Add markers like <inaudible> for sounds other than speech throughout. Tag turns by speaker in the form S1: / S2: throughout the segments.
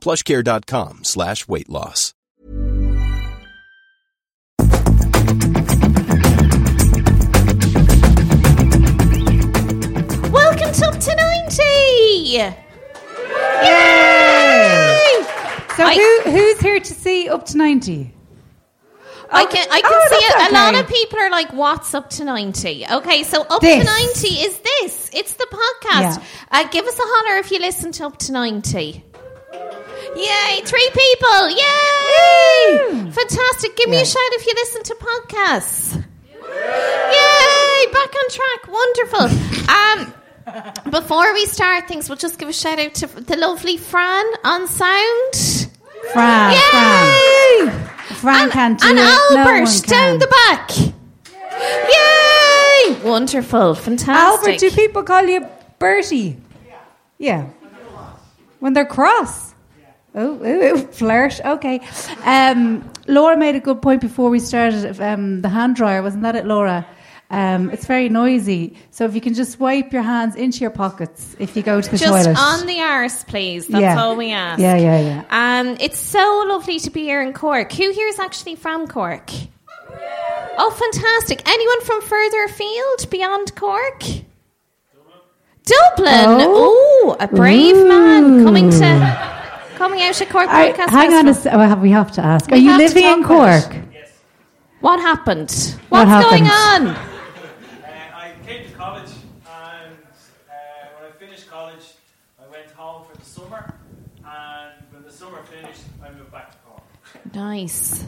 S1: plushcare.com slash weight loss.
S2: Welcome to Up to 90! Yay!
S3: So
S2: I-
S3: who who's here to see up to ninety?
S2: I can, I can
S3: Oh,
S2: see it.
S3: that's
S2: A lot
S3: okay.
S2: of people are like, what's up to 90? Okay, so up
S3: This.
S2: to 90 is this. It's the podcast.
S3: Yeah.
S2: Uh, give us a holler if you listen to up to 90. Yay, three people. Yay! Fantastic. Give me a
S3: Yeah.
S2: shout if you listen to podcasts. Yay! Back on track. Wonderful. Um, before we start things, we'll just give a shout out to the lovely Fran on sound.
S3: Fran, Ah, Fran,
S2: Yay!
S3: Fran
S2: and,
S3: can do
S2: and
S3: it. no one
S2: Albert down
S3: can.
S2: the back. Yay! Wonderful, fantastic.
S3: Albert, do people call you Bertie? Yeah. When they're cross. Oh, oh, oh, flirt. Okay. Um, Laura made a good point before we started of, um, the hand dryer. Wasn't that it, Laura? Um, it's very noisy. So if you can just wipe your hands into your pockets if you go to the
S2: just
S3: toilet.
S2: on the arse, please. That's
S3: Yeah.
S2: all we ask.
S3: Yeah, yeah, yeah.
S2: Um, it's so lovely to be here in Cork. Who here is actually from Cork? Oh, fantastic! Anyone from further afield beyond Cork? Dublin. Oh,
S3: Oh.
S2: a brave man coming to coming out of Cork
S3: Are-
S2: Podcast
S3: hang on
S2: Festival.
S3: a se- oh, have- we have to ask. Are
S2: We
S3: you
S2: have to
S3: living in
S2: talk about it.
S3: Cork?
S2: What happened? What's
S3: What
S2: going
S3: happened?
S2: on?
S4: Uh, I came to college, and uh, when I finished college, I went home for the summer. And when the summer finished, I moved back to Cork.
S2: Nice.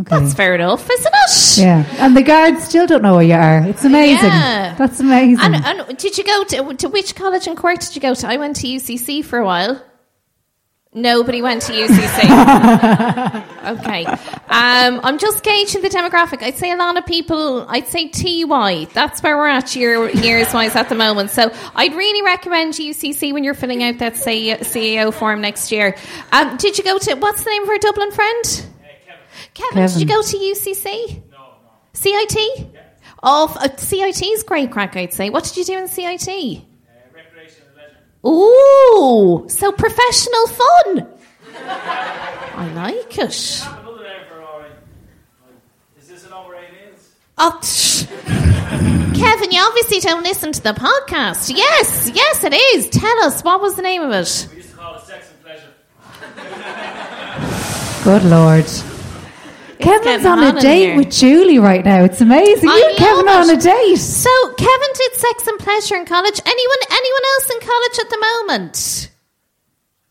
S3: Okay.
S2: That's fair enough, isn't it?
S3: yeah. And the guards still don't know where you are. It's amazing.
S2: Yeah.
S3: That's amazing.
S2: And, and did you go to, to which college in Cork did you go to? I went to UCC for a while. Nobody went to <laughs> UCC. okay. Um, I'm just gauging the demographic. I'd say a lot of people, I'd say TY. That's where we're at year, years wise at the moment. So I'd really recommend UCC when you're filling out that CEO, CEO form next year. Um, did you go to, what's the name of our Dublin friend?
S4: Uh,
S2: Kevin, did you
S3: Kevin.
S2: go to UCC? No, no. CIT? Of uh, CIT's great crack, I'd say. What did you do in CIT?
S4: Uh, recreation and leisure.
S2: Ooh, so professional fun. I like it.
S4: Another name for all right. Like, is this an over 18s?
S2: Oh, tsh. <laughs> Kevin, you obviously don't listen to the podcast. Yes, yes, it is. Tell us, what was the name of it?
S4: We used to call it sex and pleasure.
S3: Good lord. Kevin's
S2: getting
S3: on
S2: hot
S3: a
S2: in
S3: date
S2: here.
S3: with Julie right now. It's amazing.
S2: I
S3: you and Kevin
S2: love
S3: are on
S2: it.
S3: a date.
S2: So, Kevin did sex and pleasure in college. Anyone anyone else in college at the moment?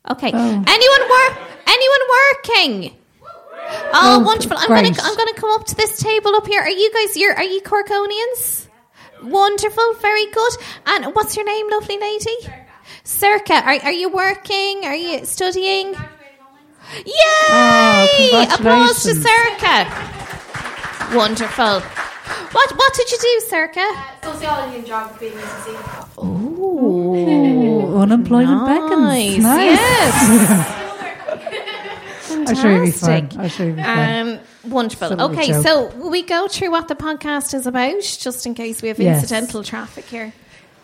S2: Okay.
S3: Oh.
S2: Anyone work anyone working? Oh,
S3: Oh,
S2: wonderful. I'm
S3: great.
S2: gonna I'm gonna come up to this table up here. Are you guys you're are you Corkonians? Wonderful, very good. And what's your name, lovely lady? Circa. Are, are you working? Are you studying?
S3: Oh,
S2: Yay! Applause to
S3: congratulations.
S2: Circa. Wonderful. What what did you do, Circa?
S5: Sociology and geography in UCC.
S2: Ooh,
S3: Unemployment
S2: nice.
S3: beckons. Nice.
S2: Yes.
S3: I'm sure you'll be fine.
S2: Fantastic.
S3: I'm sure you'll be fine. <laughs>
S2: Um, wonderful.
S3: Sort of a
S2: okay,
S3: joke.
S2: so will we go through what the podcast is about, just in case we have
S3: Yes.
S2: incidental traffic here.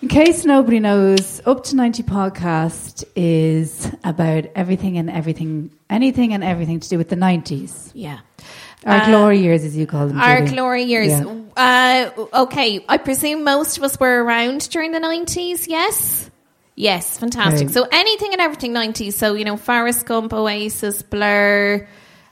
S3: In case nobody knows, Up to 90 podcast is about everything and everything, anything and everything to do with the 90s.
S2: Yeah.
S3: Our
S2: Uh,
S3: glory years, as you call them.
S2: Our
S3: Julie.
S2: glory years.
S3: Yeah.
S2: Uh, okay, I presume most of us were around during the 90s, yes? Yes, fantastic.
S3: Right.
S2: So anything and everything 90s. So, you know, Forrest Gump, Oasis, Blur,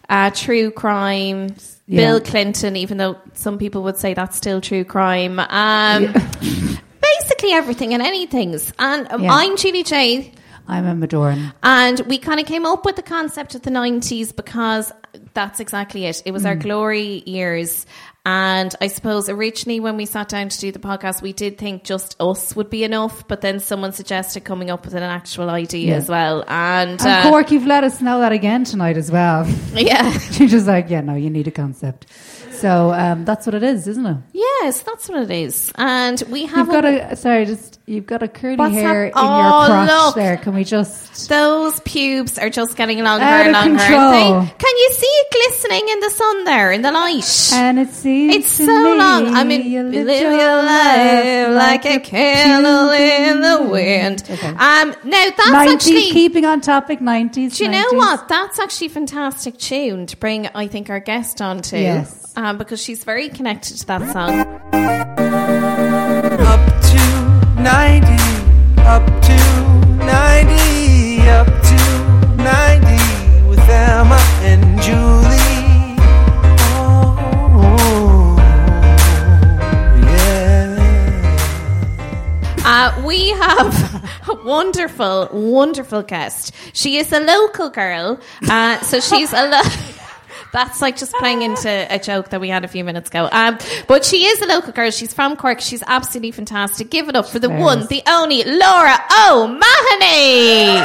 S2: uh, true crime,
S3: Yeah.
S2: Bill Clinton, even though some people would say that's still true crime. Um,
S3: <laughs>
S2: Basically everything and anything's. And um,
S3: Yeah.
S2: I'm Julie J.
S3: I'm a Madoran.
S2: And we kind of came up with the concept of the 90s because that's exactly it. It was
S3: Hmm.
S2: our glory years. And I suppose originally when we sat down to do the podcast, we did think just us would be enough. But then someone suggested coming up with an actual idea
S3: Yeah.
S2: as well. And,
S3: And
S2: uh,
S3: Cork, you've let us know that again tonight as well.
S2: <laughs> yeah.
S3: <laughs> She's just like, yeah, no, you need a concept. So um, that's what it is, isn't it?
S2: Yes, that's what it is. And we have
S3: You've
S2: a-
S3: got a sorry, just you've got a curly
S2: What's
S3: hair in
S2: hap-
S3: your
S2: Oh,
S3: crotch
S2: look.
S3: there. Can we just?
S2: those pubes are just getting longer
S3: Out
S2: and
S3: of
S2: longer.
S3: control.
S2: They- can you see it glistening in the sun there, in the light?
S3: And it seems
S2: It's
S3: to
S2: so
S3: me
S2: long. I mean,
S3: you
S2: live your life like a candle in the wind.
S3: Okay.
S2: Um, now that's
S3: Nineties,
S2: actually.
S3: keeping on topic. Nineties.
S2: do you know what? That's actually a fantastic tune to bring, I think, our guest on to.
S3: Yes.
S2: Um, because she's very connected to that song.
S6: Up to 90, up to 90, up to 90 with Emma and Julie. Oh, yeah.
S2: Uh, we have <laughs> a wonderful, wonderful guest. She is a local girl. Uh, so she's a. Lo- <laughs> That's like just playing into a joke that we had a few minutes ago. Um, but she is a local girl. She's from Cork. She's absolutely fantastic. Give it up for the one, the only Laura O'Mahony.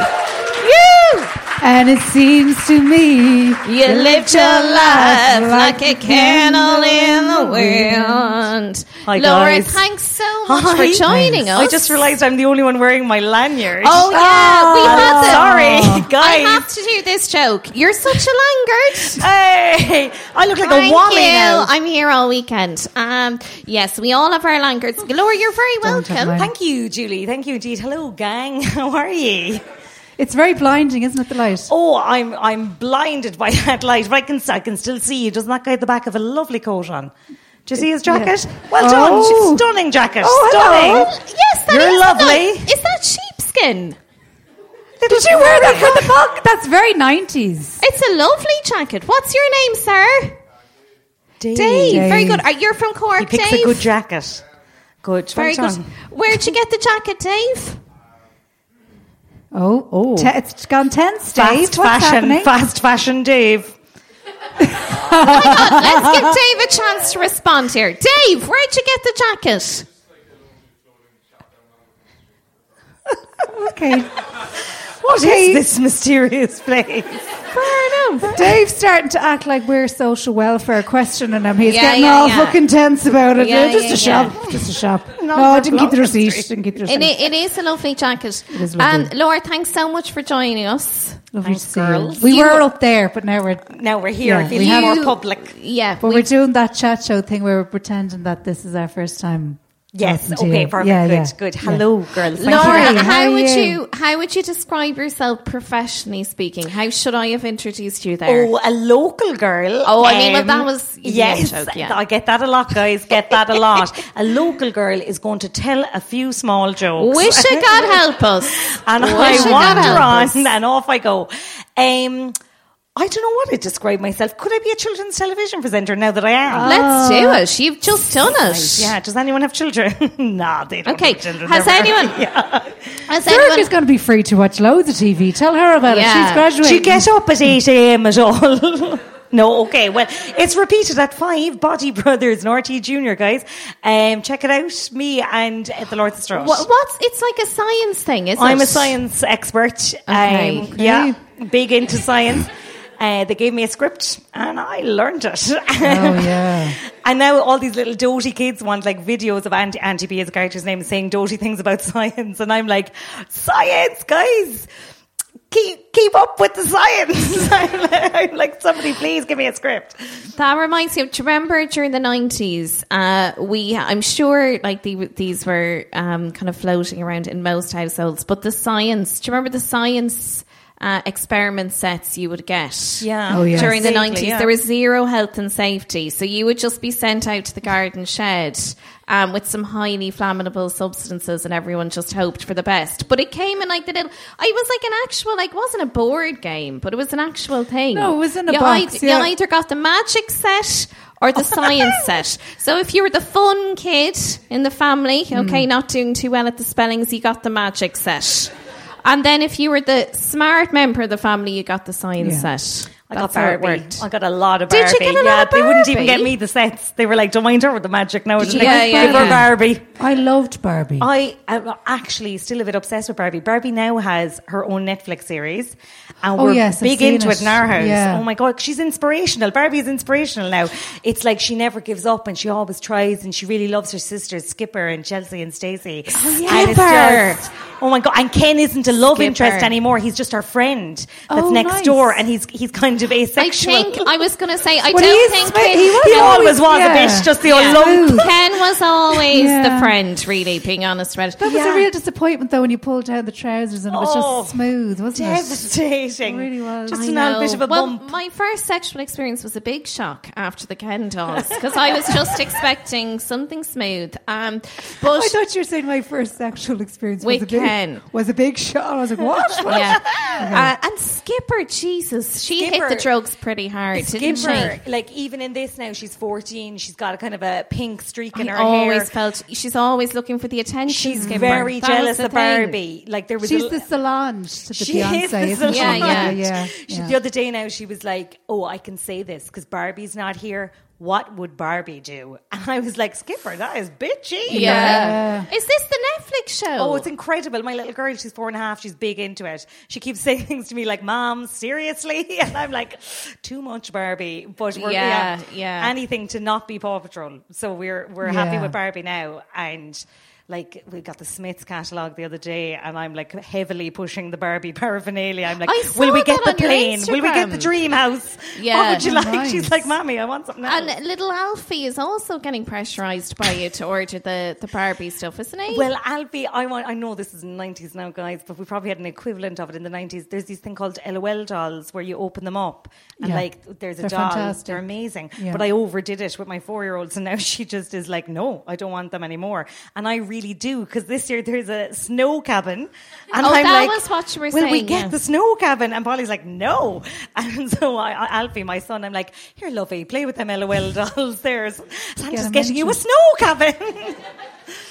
S2: Woo!
S3: And it seems to me
S2: You lived your life like a candle in the wind.
S7: Hi,
S2: Laura,
S7: guys.
S2: thanks so much
S7: Hi.
S2: for joining us.
S7: I just realised I'm the only one wearing my lanyard.
S2: Oh yeah, we had to-
S7: sorry,
S2: I
S7: guys.
S2: have to do this joke. You're such a laggard.
S7: Hey, I look <laughs> like
S2: Thank
S7: a wally
S2: you.
S7: now.
S2: I'm here all weekend. Um, yes, we all have our laggards. Laura, you're very welcome.
S3: mine.
S7: Thank you, Julie. Thank you indeed. Hello, gang. <laughs> How are you?
S3: It's very blinding, isn't it? The light.
S7: Oh, I'm I'm blinded by that light, but I can I can still see you. Doesn't that guy at the back have a lovely coat on? Do you see his jacket? Well done,
S3: Oh.
S7: stunning jacket,
S3: Oh, hello.
S7: stunning.
S2: Yes, that is
S7: You're
S2: a
S7: lovely.
S2: nice- Is that sheepskin?
S3: Did you wear that for the book? That's very nineties.
S2: It's a lovely jacket. What's your name, sir? Dave. Very good. Are you from Cork,
S7: He picks
S2: Dave?
S7: a good jacket. Good,
S2: Very
S7: well
S2: good.
S7: done.
S2: Where'd you get the jacket,
S7: <laughs>
S2: Dave?
S3: Oh, oh, Te- it's gone tense,
S7: Fast
S3: Dave. What's
S7: fashion,
S3: happening?
S7: fast fashion, Dave.
S2: Let's give Dave a chance to respond here. Dave, where'd you get the jacket?
S3: <laughs> Okay,
S7: What is this mysterious place?
S3: fair enough. Dave's starting to act like we're social welfare questioning him. He's
S2: Yeah,
S3: getting
S2: yeah,
S3: all
S2: yeah.
S3: fucking tense about it.
S2: Yeah,
S3: just
S2: yeah,
S3: a shop, just a <laughs> shop. no, I didn't keep the receipt. Didn't keep the receipt.
S2: It, i-
S7: <laughs>
S2: it is a lovely jacket.
S3: It is lovely.
S2: Um, Laura, thanks so much for joining us.
S3: Lovely to see you.
S2: girls.
S3: We
S2: You-
S3: were up there, but now we're
S7: Now we're here.
S3: Yeah,
S7: I feel
S3: we have-
S7: more public.
S2: Yeah,
S3: but
S2: we-
S3: we, are doing that chat show thing where we're pretending that this is our first time.
S7: Yes.
S3: talking to
S7: Okay.
S3: you.
S7: Perfect.
S3: Yeah,
S7: good.
S3: yeah,
S7: Good.
S3: yeah.
S7: Hello, girls. Thank you.
S3: Hi,
S2: Laura,
S3: how
S2: how
S3: are
S2: would
S3: you?
S2: you how would you describe yourself professionally speaking? How should I have introduced you there?
S7: Oh, a local girl. um,
S2: Oh, I mean, well, that was- yeah,
S7: yes.
S2: joke, yeah.
S7: I get that a lot, guys. Get that a lot. a local girl is going to tell a few small <laughs> jokes.
S2: Wish I God help us.
S7: Oh, <laughs> and
S2: Wish
S7: I
S2: God help us.
S7: wander on and off I go. Um, I don't know what to describe myself. Could I be a children's television presenter now that I am?
S2: Let's do it. You've just done it.
S7: yeah. Does anyone have children? <laughs> nah, they don't.
S2: Okay.
S7: Have children,
S2: Has
S7: <laughs> never.
S2: anyone? Has
S3: Kirk
S2: anyone?
S3: is going to be free to watch loads of TV. Tell her about
S2: Yeah.
S3: it. She's graduating.
S7: Do you get up at 8 a.m. at all? <laughs> no, okay. Well, it's repeated at 5. Body Brothers, Naughty Junior, guys. Um, check it out. Me and uh, the Lord Sister.
S2: What, what's it's like a science thing, is
S7: I'm
S2: it?
S7: a science expert.
S2: Okay.
S7: Um, Yeah, big into science. Uh, they gave me a script and I learned it.
S3: Oh
S7: <laughs>
S3: yeah.
S7: And now all these little doty kids want like videos of Auntie, Auntie B as a character's name saying doty things about <laughs> science. And I'm like, science, guys! Keep, keep up with the science. <laughs> I'm like, I'm like, somebody please give me a script.
S2: That reminds me. of- Do you remember during the nineties? Uh, we, I'm sure, like the, these were um, kind of floating around in most households. But the science. Do you remember the science? uh, experiment sets you would get
S7: Yeah.
S3: Oh, yeah.
S2: during the
S7: Safely,
S2: 90s.
S7: yeah.
S2: There was zero health and safety. So you would just be sent out to the garden shed um, with some highly flammable substances and everyone just hoped for the best. But it came in like the little, I was like an actual, like, wasn't a board game, but it was an actual thing.
S3: No, it was in a
S2: you
S3: box,
S2: eith-
S3: yeah.
S2: You either got the magic set or
S3: <laughs>
S2: the science set. So if you were the fun kid in the family,
S3: Hmm.
S2: okay, not doing too well at the spellings, you got the magic set. And then if you were the smart member of the family, you got the science
S3: Yeah.
S2: set.
S7: I
S2: That's
S7: got
S2: how it
S7: Barbie.
S2: worked.
S7: I got a lot of
S2: Did
S7: Barbie.
S2: you get a lot
S7: yeah,
S2: of
S7: they wouldn't even
S2: Barbie?
S7: get me the sets. They were like, "Don't mind her with the magic now."
S2: Did you
S7: Like,
S2: get
S7: give her
S3: Barbie?
S7: Barbie.
S3: I loved Barbie.
S7: I am actually still a bit obsessed with Barbie. Barbie now has her own Netflix series, and
S3: Oh,
S7: we're
S3: yes, I've
S7: big
S3: seen
S7: into it in
S3: it.
S7: our house.
S3: Yeah.
S7: Oh my god, she's inspirational. Barbie is inspirational now. It's like she never gives up, and she always tries, and she really loves her sisters Skipper and Chelsea and Stacey. And it's
S2: Skipper.
S7: just- oh my god, and Ken isn't a love
S2: Skipper.
S7: interest anymore. He's just her friend that's
S3: Oh,
S7: next
S3: nice.
S7: door, and he's he's kind of
S2: I
S7: asexual.
S2: think I was going to say I
S3: Well,
S2: don't
S3: he's
S2: think
S3: sweet.
S2: Ken,
S3: He was
S7: he always was
S3: yeah.
S7: a bitch, just the old lump.
S2: Ken was always
S3: Yeah.
S2: the friend, really. Being honest, right?
S3: That was
S7: Yeah.
S3: a real disappointment though when you pulled down the trousers and it was
S7: Oh,
S3: just smooth, wasn't it?
S7: Devastating.
S3: It really was.
S7: Just
S3: I
S7: an old bit of a
S2: well,
S7: bump.
S2: my first sexual experience was a big shock after the Ken dolls because I was
S7: <laughs>
S2: just expecting something smooth. Um, but
S3: I thought you were saying my first sexual experience
S2: We
S3: was a big
S2: can.
S3: was a big shot. I was like, what? What?
S7: <laughs>
S2: yeah, uh, and Skipper, Jesus, she
S7: Skipper-
S2: hit the drugs pretty hard, didn't she?
S7: Skipper, like even in this now, she's 14. She's got a kind of a pink streak in
S2: I
S7: her
S2: always
S7: hair.
S2: felt she's always looking for the attention.
S7: she's
S2: Skipper.
S7: very
S2: That was
S7: jealous
S2: the
S7: of
S2: thing.
S7: Barbie. Like there
S3: <laughs>
S7: was
S3: She's
S7: a,
S3: the Solange to the
S7: she
S3: Beyonce,
S7: is the
S3: isn't she?
S2: Solange. Yeah,
S3: yeah, yeah.
S7: She- The other day now, she was like, "Oh, I can say this because Barbie's not here. What would Barbie do?" <laughs> And I was like, "Skipper, that is bitchy."
S2: Yeah. Is this the Netflix show?
S7: Oh, it's incredible. My little girl, she's four and a half. She's big into it. She keeps <laughs> saying things to me like, Mom, seriously? <laughs> And I'm like, too much Barbie. But we're,
S2: Yeah,
S7: yeah,
S2: yeah.
S7: Anything to not be Paw Patrol. So we're, we're happy
S3: Yeah.
S7: with Barbie now. And like, we got the Smiths catalogue the other day, and I'm like heavily pushing the Barbie <laughs> paraphernalia. I'm like,
S2: I saw
S7: Will we get the
S2: that on your
S7: plane? Will we get the
S2: Instagram."
S7: dream house? <laughs>
S2: Yeah.
S7: What would you
S3: Oh,
S7: like? <laughs>
S3: nice.
S7: She's like, Mommy, I want something else.
S2: And little Alfie is also getting pressurized by you to order the, the Barbie stuff, isn't he?
S7: Well, Alfie, I want. I know this is nineties now, guys, but we probably had an equivalent of it in the nineties. There's this thing called LOL dolls where you open them up and
S3: Yeah.
S7: like there's a
S3: They're
S7: doll.
S3: fantastic.
S7: They're amazing.
S3: Yeah.
S7: But I overdid it with my four year old, so now <laughs> she just is like, no, I don't want them anymore. And I really do because this year there's a snow cabin, and
S2: Oh,
S7: I'm
S2: that
S7: like,
S2: was what you were
S7: Will we
S2: saying,
S7: get
S2: yeah.
S7: the snow cabin? And Polly's like, no. <laughs> And so I, I- Alfie, my son, I'm like, here, lovey, play with them LOL <laughs> dolls. There's, I'm
S3: a
S7: just getting you
S3: miniature.
S7: a snow cabin. <laughs>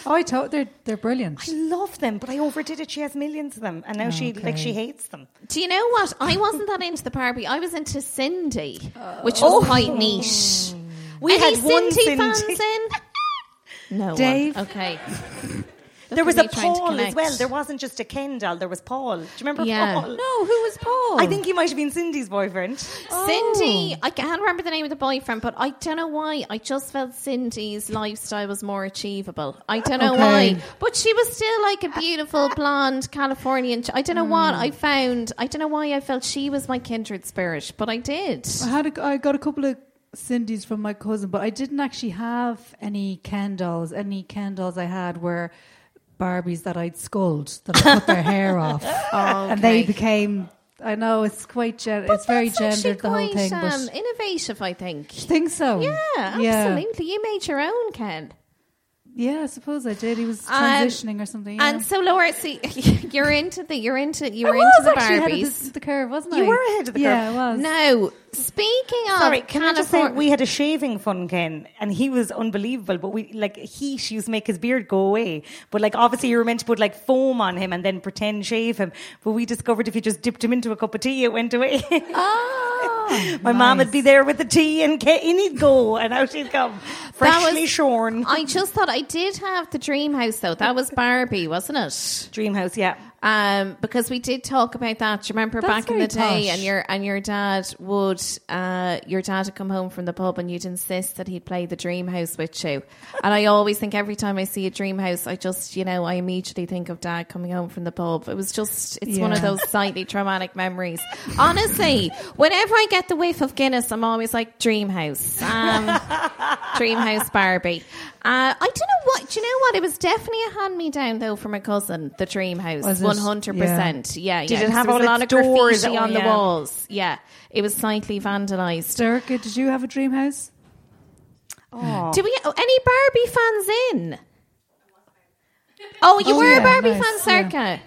S3: Oh, I told they're they're brilliant.
S7: I love them, but I overdid it. She has millions of them, and now she like she hates them.
S2: Do you know what? I wasn't that into the Barbie. I was into Cindy, which was quite niche.
S7: Oh. Hmm. We
S2: Any
S7: had one
S2: Cindy,
S7: Cindy.
S2: fans in? No. one.
S3: Dave?
S2: Okay.
S7: <laughs> There was
S2: at me
S7: a
S2: trying to
S7: Paul as
S2: connect.
S7: well. There wasn't just a Ken doll. There was Paul. Do you remember
S2: Yeah.
S7: Paul?
S3: No, who was Paul?
S7: I think he might have been Cindy's boyfriend.
S2: Cindy, Oh. I can't remember the name of the boyfriend, but I don't know why. I just felt Cindy's lifestyle was more achievable. I don't know
S3: Okay.
S2: why, but she was still like a beautiful blonde Californian. ch- I don't know what
S7: Hmm.
S2: I found. I don't know why I felt she was my kindred spirit, but I did.
S3: I had a, I got a couple of Cindy's from my cousin, but I didn't actually have any candles. Any candles I had were Barbies that I'd sculled that I
S2: <laughs>
S3: cut their hair off, and they became. I know it's quite gen-
S2: Oh, But
S3: it's very
S2: that's actually
S3: gendered the whole
S2: quite,
S3: thing, but
S2: um, innovative, I think.
S3: I think so.
S2: Yeah, absolutely. You made your own, Ken.
S3: Yeah, I suppose I did. He was
S2: Um,
S3: transitioning or something. Yeah.
S2: And so, Laura, so <laughs> you're into the you're into you
S3: I
S2: were
S3: was
S2: into the
S3: actually ahead of
S2: Barbies.
S3: the, the curve, wasn't
S7: You
S3: I?
S7: were ahead of the
S3: Yeah,
S7: curve.
S3: I was.
S2: No, speaking of
S7: Sorry, can I just say
S2: Californ-
S7: we had a shaving fun, Ken, and he was unbelievable. But we like he she used to make his beard go away. But like obviously you were meant to put like foam on him and then pretend shave him. But we discovered if you just dipped him into a cup of tea, it went away. <laughs>
S3: Ah,
S7: My mom would be there with the tea and Ke- in he'd go, and out she'd come,
S2: That
S7: freshly shorn.
S2: I just thought I did have the dream house though. That was Barbie, wasn't it?
S7: Dream house, yeah.
S2: Um, because we did talk about that. Do you remember
S3: That's
S2: back in
S3: very
S2: the day,
S3: posh.
S2: and your and your dad would, uh, your dad would come home from the pub, and you'd insist that he'd play the dream house with you. and I always think every time I see a dream house, I just you know I immediately think of dad coming home from the pub. It was just it's one of
S3: Yeah.
S2: those slightly traumatic memories. Honestly, whenever I get the whiff of Guinness, I'm always like dream house. Um, Dreamhouse Barbie. Uh, I don't know what. do you know what? It was definitely a hand me down though from a cousin. The dream house,
S3: Was it?
S2: one hundred percent. Yeah, yeah.
S7: Did it
S2: 'cause
S7: have
S2: there was
S7: all
S2: a lot of
S7: its doors?
S2: graffiti
S7: Oh,
S2: on the
S7: yeah.
S2: walls? Yeah, it was slightly vandalized.
S3: Derica, did you have a dream house?
S2: Do we oh, any Barbie fans in? Oh, you
S3: Oh,
S2: were a
S3: yeah,
S2: Barbie
S3: nice,
S2: fan,
S3: yeah.
S2: Circa.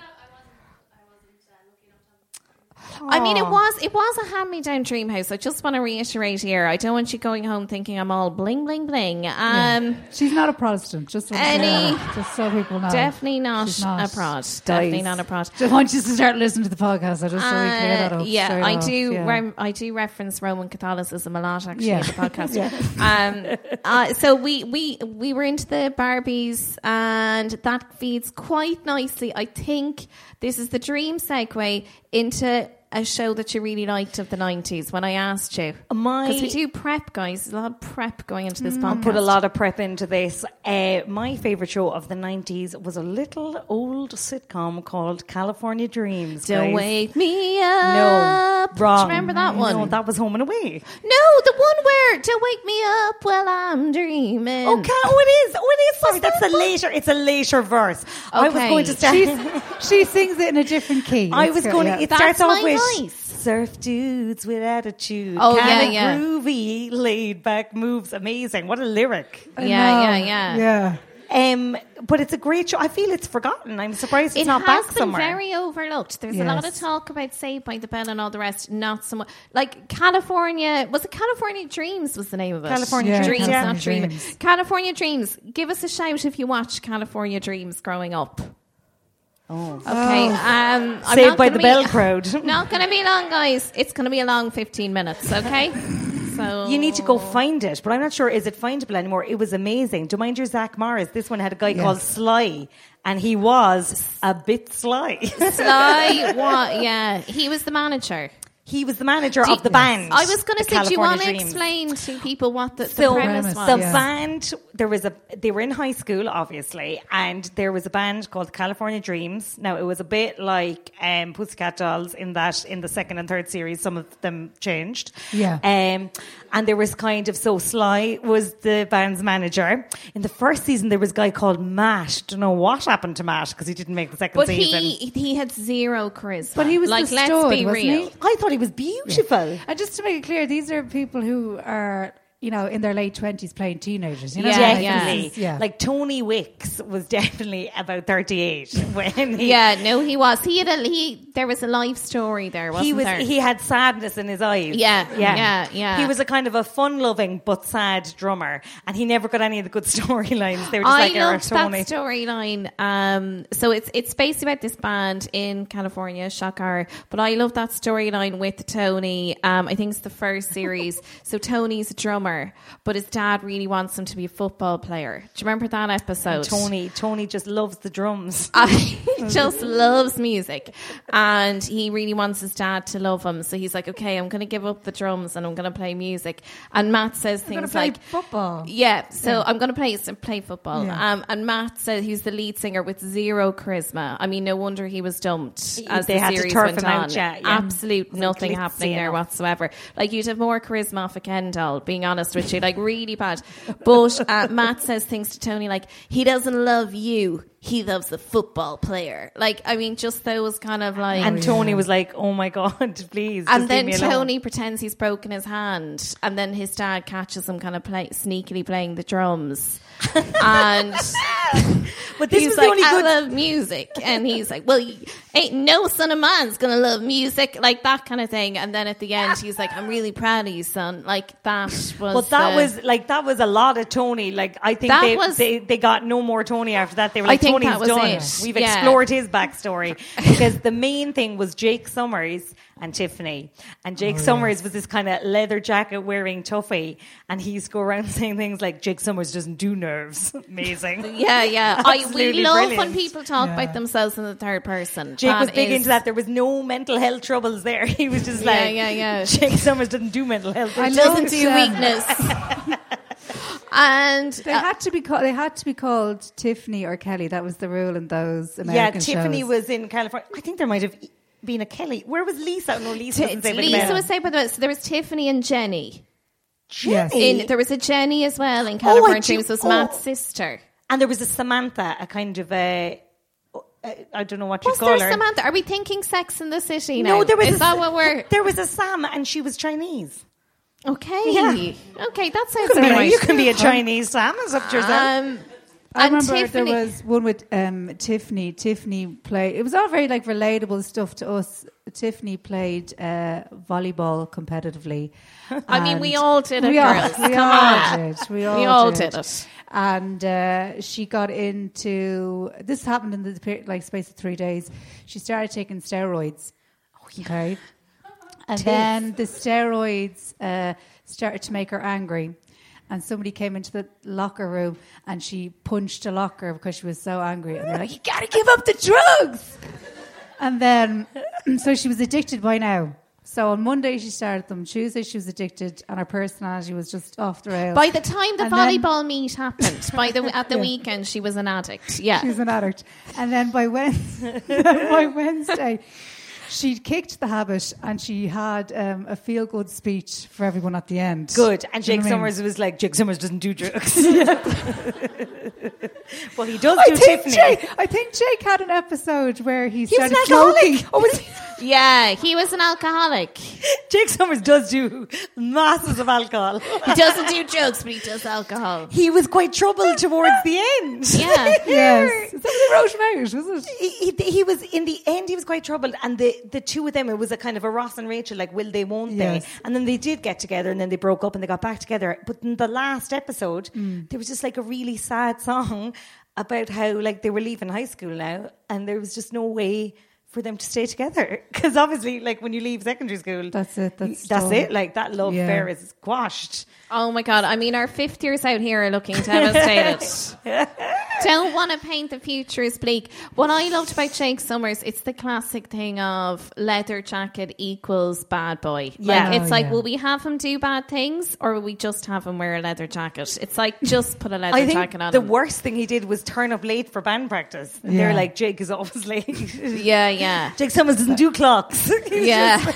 S2: I mean, it was it was a hand me down dream house. I just want to reiterate here. I don't want you going home thinking I'm all bling bling bling. Um,
S3: She's not a Protestant. Just so
S2: Any-
S3: just so people know.
S2: definitely not,
S3: She's not.
S2: a prod.
S3: Guys.
S2: Definitely not a prod.
S3: Just want you to start listening to the podcast. I just so we clear that
S2: Uh,
S3: up.
S2: yeah,
S3: straight
S2: I
S3: off.
S2: do.
S3: Yeah.
S2: Rem- I do reference Roman Catholicism a lot actually
S3: Yeah.
S2: in
S7: <laughs>
S2: the podcast. Um, uh, so we we we were into the Barbies, and that feeds quite nicely. I think this is the dream segue into a show that you really liked of the nineties. When I asked you,
S7: My- Mm.
S2: because we do prep, guys. There's a lot of prep going into this podcast.
S7: put a lot of prep into this. Uh, my favorite show of the 90s was a little old sitcom called California Dreams.
S2: Don't
S7: guys.
S2: wake me
S7: No,
S2: up.
S7: wrong.
S2: Do you remember that one?
S7: No, that was Home and Away.
S2: No, the one where don't wake me up while I'm dreaming.
S7: Oh, Cal, oh, it is. Oh, it is. Sorry, that's a later. It's a later verse. I was
S2: Okay.
S7: going to start.
S3: She's, she sings it in a different key.
S7: <laughs> I was going.
S3: to.
S7: to It
S2: That's
S7: starts
S2: my
S7: off with
S2: voice.
S7: surf dudes with attitude.
S2: Oh,
S7: kinda
S2: yeah, yeah.
S7: Groovy, laid back moves. Amazing. What a lyric.
S2: yeah, yeah, yeah.
S3: Yeah.
S7: Um, but it's a great show. I feel it's forgotten. I'm surprised it's
S2: it
S7: not
S2: has
S7: back
S2: been
S7: somewhere.
S2: very overlooked. There's a lot of
S3: Yes.
S2: talk about Saved by the Bell and all the rest. Not so much like California. Was it California Dreams? Was the name of it?
S7: California
S3: Yeah,
S2: Dreams,
S3: Dreams, yeah.
S2: not
S3: California
S2: Dreaming.
S3: Dreams.
S2: California Dreams. Give us a shout if you watched California Dreams growing up. Oh, okay. Um, I'm
S7: Saved
S2: not
S7: by
S2: gonna
S7: the
S2: be- <laughs>
S7: Bell crowd.
S2: Not going to be long, guys. It's going to be a long 15 minutes. Okay.
S7: <laughs>
S2: So
S7: You need to go find it, but I'm not sure is it findable anymore. It was amazing. Do you mind your Zach Morris? This one had a guy called Sly, and he was a bit sly. <laughs>
S2: Sly, what? Yeah, he was the manager.
S7: he was the manager
S2: Do-
S7: of the band.
S2: I was going to say, do you
S7: California
S2: want to
S7: Dreams.
S2: explain to people what the, the
S7: So
S2: premise was?
S7: the
S3: yeah.
S7: band there was a they were in high school obviously and there was a band called California Dreams now it was a bit like um, Pussycat Dolls in that in the second and third series some of them changed
S3: Yeah.
S7: um, and there was kind of so Sly was the band's manager in the first season there was a guy called Matt don't know what happened to Matt because he didn't make the second
S2: But
S7: season
S2: he he had zero charisma.
S3: But he was
S2: like,
S3: the
S2: let's
S3: stud,
S2: be
S3: wasn't
S2: real.
S3: he?
S7: I thought he was beautiful
S3: And just to make it clear, these are people who are, you know, in their late 20s playing teenagers. You know?
S2: Yeah,
S3: Like, this
S7: definitely.
S3: is- yeah.
S7: Like Tony Wicks was definitely about 38 when he
S2: Yeah, no, he was. He had a he. There was a life story there, wasn't
S7: he was
S2: there?
S7: he had sadness in his eyes.
S2: Yeah, yeah, yeah.
S7: He was a kind of a fun-loving but sad drummer, and he never got any of the good <laughs> storylines. They were just
S2: I
S7: like "Oh,
S2: loved that
S7: Tony.
S2: storyline. Um, so it's it's basically about this band in California, Shocker. But I love that storyline with Tony. Um, I think it's the first
S7: <laughs>
S2: series. so Tony's a drummer, but his dad really wants him to be a football player. Do you remember that episode?
S7: Tony, Tony just loves the drums.
S2: <laughs> I just loves music and he really wants his dad to love him so he's like okay I'm going to give up the drums and I'm going to play music and Matt says
S3: gonna
S2: things
S3: play
S2: like
S3: football.
S2: yeah so I'm going to play so play football
S3: Yeah.
S2: um, and Matt said he's the lead singer with zero charisma I mean no wonder he was dumped
S7: He-
S2: as
S7: they
S2: the
S7: had to
S2: series
S7: turf
S2: went
S7: him
S2: on
S7: out, yeah, yeah.
S2: absolute
S7: Wasn't
S2: nothing
S7: glitzy
S2: happening there
S7: enough.
S2: whatsoever like you'd have more charisma off a Kendall being honest with you like really bad but uh, Matt says things to Tony like he doesn't love you he loves the football player. Like, I mean, just those kind of like.
S7: and Tony was like, "Oh my god, <laughs> please!"
S2: and
S7: just
S2: then
S7: leave me alone."
S2: Tony <laughs> pretends he's broken his hand, and then his dad catches him kind of play, sneakily playing the
S7: <laughs>
S2: drums. and
S7: But this
S2: he's
S7: was
S2: like,
S7: the only
S2: I
S7: good.
S2: love music. And he's like, Well, you- ain't no son of mine's going to love music, like that kind of thing. And then at the end, he's like, I'm really proud of you, son. Like, that was.
S7: but that
S2: the-
S7: was like that was a lot of Tony. Like I think
S2: That
S7: they,
S2: was-
S7: they they got no more Tony after that. They were
S2: I
S7: like
S2: think
S7: Tony's
S2: that was
S7: done.
S2: it.
S7: We've
S2: Yeah.
S7: explored his
S2: <laughs>
S7: backstory because the main thing was Jake Summers and Tiffany. And Jake Summers was this kind of leather jacket wearing toughie, and he used to go around <laughs> saying things like Jake Summers doesn't do nerves. <laughs> Amazing.
S2: <laughs> Yeah, yeah. I, we
S7: Absolutely
S2: love when
S7: brilliant.
S2: people talk about themselves in the third person.
S7: Jake was
S2: That
S7: big
S2: is-
S7: into that. There was no mental health troubles there. <laughs> He was just
S2: Yeah,
S7: like,
S2: yeah, yeah.
S7: <laughs> Jake Summers doesn't do mental health.
S3: I
S7: issues.
S2: doesn't do
S3: Um,
S2: weakness.
S7: <laughs>
S2: and uh,
S3: They had to be called. They had to be called Tiffany or Kelly. That was the rule in those
S7: Yeah,
S3: American
S7: Tiffany
S3: shows.
S7: was in California. I think there might have been a Kelly. Where was Lisa? No, Lisa
S2: t-
S7: was in
S2: Lisa was saying, by the way, so there was Tiffany and Jenny.
S3: Yes.
S2: In, there was a Jenny as well in
S7: Oh, I
S2: California
S7: do-
S2: Dreams was
S7: oh.
S2: Matt's sister.
S7: And there was a Samantha, a kind of a, a I don't know what you
S2: Was
S7: call
S2: there
S7: her.
S2: Samantha? Are we thinking Sex in the City now?
S7: no, there was
S2: Is
S7: a,
S2: that what we're?
S7: There was a Sam, and she was Chinese.
S2: Okay.
S7: Yeah.
S2: Okay, that
S7: You
S2: sounds all
S7: can, be,
S2: right.
S7: you can be a Chinese Sam, is up to yourself.
S2: Um,
S3: I
S2: and
S3: remember
S2: Tiffany.
S3: there was one with um, Tiffany. Tiffany played. It was all very like relatable stuff to us. Tiffany played uh, volleyball competitively.
S2: <laughs> I mean, we
S3: and-
S2: all did it,
S3: we all,
S2: girls.
S3: <laughs> we
S2: Come
S3: all
S2: on.
S3: did. We all,
S2: We all did it.
S3: And uh, she got into this happened in the peri- like space of three days. She started taking steroids. Okay. Oh, <laughs> And then the steroids uh, started to make her angry. And somebody came into the locker room and she punched a locker because she was so angry. And they're like, You gotta give up the drugs! And then, <clears throat> so she was addicted by now. So on Monday she started them, Tuesday she was addicted, and her personality was just off the rails.
S2: By the time the
S3: And then-
S2: volleyball meet happened, by the at the weekend, she was an addict. Yeah.
S3: She was an addict. And then by <laughs> Wednesday, by Wednesday, she kicked the habit and she had um, a feel good speech for everyone at the end.
S7: Good. And
S3: Do you know
S7: Jake
S3: what I mean?
S7: Summers was like, Jake Summers doesn't
S2: <laughs>
S7: do drugs. <laughs> well, he does
S3: I
S7: do
S3: think,
S7: Tiffany.
S3: Jake, I think Jake had an episode where he,
S7: He was
S3: started
S7: an alcoholic.
S3: smoking.
S7: Oh, was he?
S2: Yeah, he was an alcoholic. He
S7: <laughs> Jake Summers does do masses of alcohol.
S2: doesn't do drugs, but he does alcohol.
S7: He was quite troubled towards the end. <laughs>
S2: Yeah.
S3: Yes. Somebody <laughs> wrote him out, was it?
S7: He, he, he was in the end. He was quite troubled, and the, the two of them. It was a kind of a Ross and Rachel, like will they, won't
S3: Yes.
S7: they? And then they did get together, and then they broke up, and they got back together. But in the last episode,
S3: Hmm.
S7: there was just like a really sad song about how like they were leaving high school now, and there was just no way for them to stay together <laughs> because obviously, like when you leave secondary school,
S3: That's it, that's done.
S7: it. Like that love
S3: Yeah.
S7: affair is quashed.
S2: Oh my god! I mean, our fifth years out here are looking devastated.
S7: <laughs>
S2: Don't want to paint the future as bleak. What I loved about Jake Summers, it's the classic thing of leather jacket equals bad boy. Yeah,
S7: Yeah.
S2: it's
S3: Oh,
S2: like,
S3: yeah.
S2: will we have him do bad things, or will we just have him wear a leather jacket? It's like just put a leather
S7: I think
S2: jacket on.
S7: the
S2: him.
S7: worst thing he did was turn up late for band practice. And They're
S3: Yeah.
S7: like, Jake is always <laughs> late.
S2: Yeah,
S7: <laughs>
S2: yeah,
S7: Jake Summers doesn't do clocks. <laughs> He was
S2: yeah.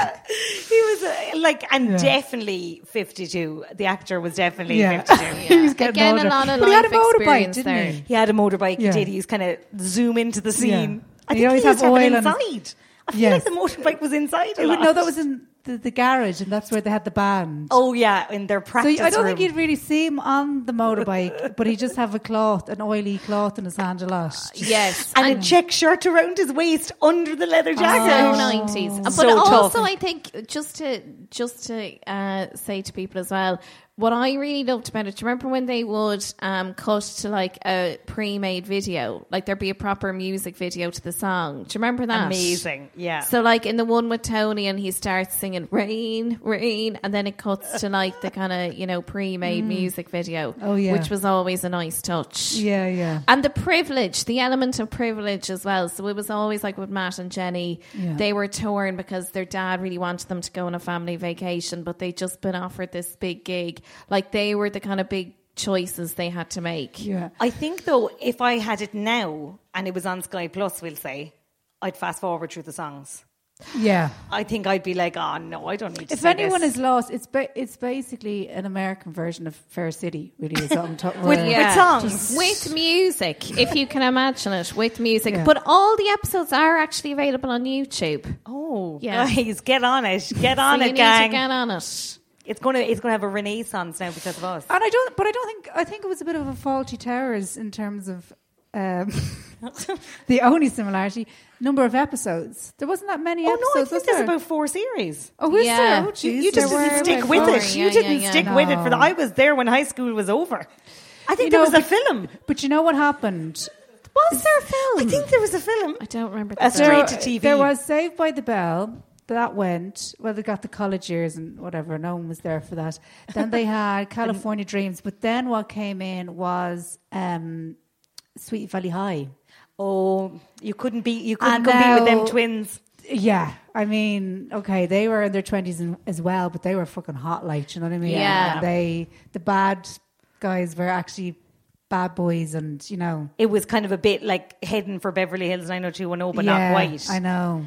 S7: just- he was uh, like, and
S3: Yeah.
S7: definitely 52. The actor was definitely
S3: Yeah.
S7: 52.
S3: He was getting
S2: Again,
S3: older.
S2: a lot of
S3: But he had a
S2: life
S3: motorbike,
S2: experience
S3: didn't
S2: there.
S3: he?
S7: He had a motorbike.
S3: Yeah.
S7: He did. He was kind of zoom into the
S3: Yeah.
S7: scene. I
S3: He'd
S7: think
S3: always
S7: he
S3: have
S7: used to have it
S3: oil on his-
S7: inside. I feel
S3: Yes.
S7: like the motorbike was inside. A
S3: It would-
S7: lot.
S3: No, that was in the, the garage, and that's where they had the band.
S7: Oh yeah, in their
S3: So
S7: practice.
S3: I don't
S7: room.
S3: think you'd really see him on the motorbike, <laughs> but he just have a cloth, an oily cloth in his hand a lot.
S2: Uh, Yes,
S7: and a check shirt around his waist under the
S3: Oh,
S7: leather jacket.
S2: so nineties. But
S7: So
S2: also,
S7: tough.
S2: I think just to just to uh, say to people as well, what I really loved about it. Do you remember when they would um, cut to like a pre-made video, like there'd be a proper music video to the song? Do you remember that?
S7: Amazing, yeah.
S2: So like in the one with Tony, and he starts singing "Rain, Rain," and then it cuts to like the kind of you know pre-made music video.
S3: Mm. Oh, yeah.
S2: which was always a nice touch.
S3: Yeah, yeah.
S2: And the privilege, the element of privilege as well. So it was always like with Matt and Jenny,
S3: Yeah.
S2: they were torn because their dad really wanted them to go on a family vacation, but they'd just been offered this big gig. Like they were the kind of big choices they had to make.
S3: Yeah.
S7: I think though, if I had it now and it was on Sky Plus, we'll say, I'd fast forward through the songs.
S3: Yeah.
S7: I think I'd be like, oh no, I don't need to.
S3: If
S7: see
S3: anyone
S7: this.
S3: is lost, it's ba- it's basically an American version of Fair City, really, is what I'm talking
S7: with,
S3: about.
S2: Yeah.
S7: with songs,
S2: With music, if you can imagine it, with music.
S3: Yeah.
S2: But all the episodes are actually available on YouTube.
S7: oh
S2: Yeah.
S7: guys, get on it, get on
S2: so you
S7: it,
S2: need
S7: gang.
S2: to get on it.
S7: It's gonna, it's gonna have a renaissance now because of us.
S3: And I don't, but I don't think, I think it was a bit of a faulty towers in terms of um, <laughs> the only similarity, number of episodes. There wasn't that many
S7: Oh
S3: episodes.
S7: no, I think
S3: was
S7: there's
S3: there?
S7: about four series.
S3: Oh, is
S2: Yeah.
S3: there? Oh,
S7: You,
S3: geez,
S7: you just
S3: there
S7: didn't
S3: were
S7: stick
S3: about
S7: with
S3: four.
S7: it.
S2: four,
S7: you
S2: yeah,
S7: didn't
S2: yeah, yeah.
S7: stick with it. For the,
S3: No.
S7: I was there when high school was over. I think
S3: You
S7: there
S3: know,
S7: was a
S3: but-
S7: film.
S3: But you know what happened?
S7: Was there a film? I think there was a film.
S2: I don't remember the
S7: A
S2: film.
S7: straight to TV.
S3: There was Saved by the Bell. That went well. They got the college years and whatever. No one was there for that. Then they had California Dreams, but then what came in was um, Sweet Valley High.
S7: Oh, you couldn't be, you couldn't
S3: And
S7: compete with them
S3: now-
S7: twins.
S3: Yeah, I mean, okay, they were in their twenties as well, but they were fucking hot, like you know what I mean?
S2: Yeah.
S3: And they the bad guys were actually bad boys, and you know,
S7: oh it was kind of a bit like heading for Beverly Hills 90210, but
S3: yeah,
S7: not quite.
S3: I know.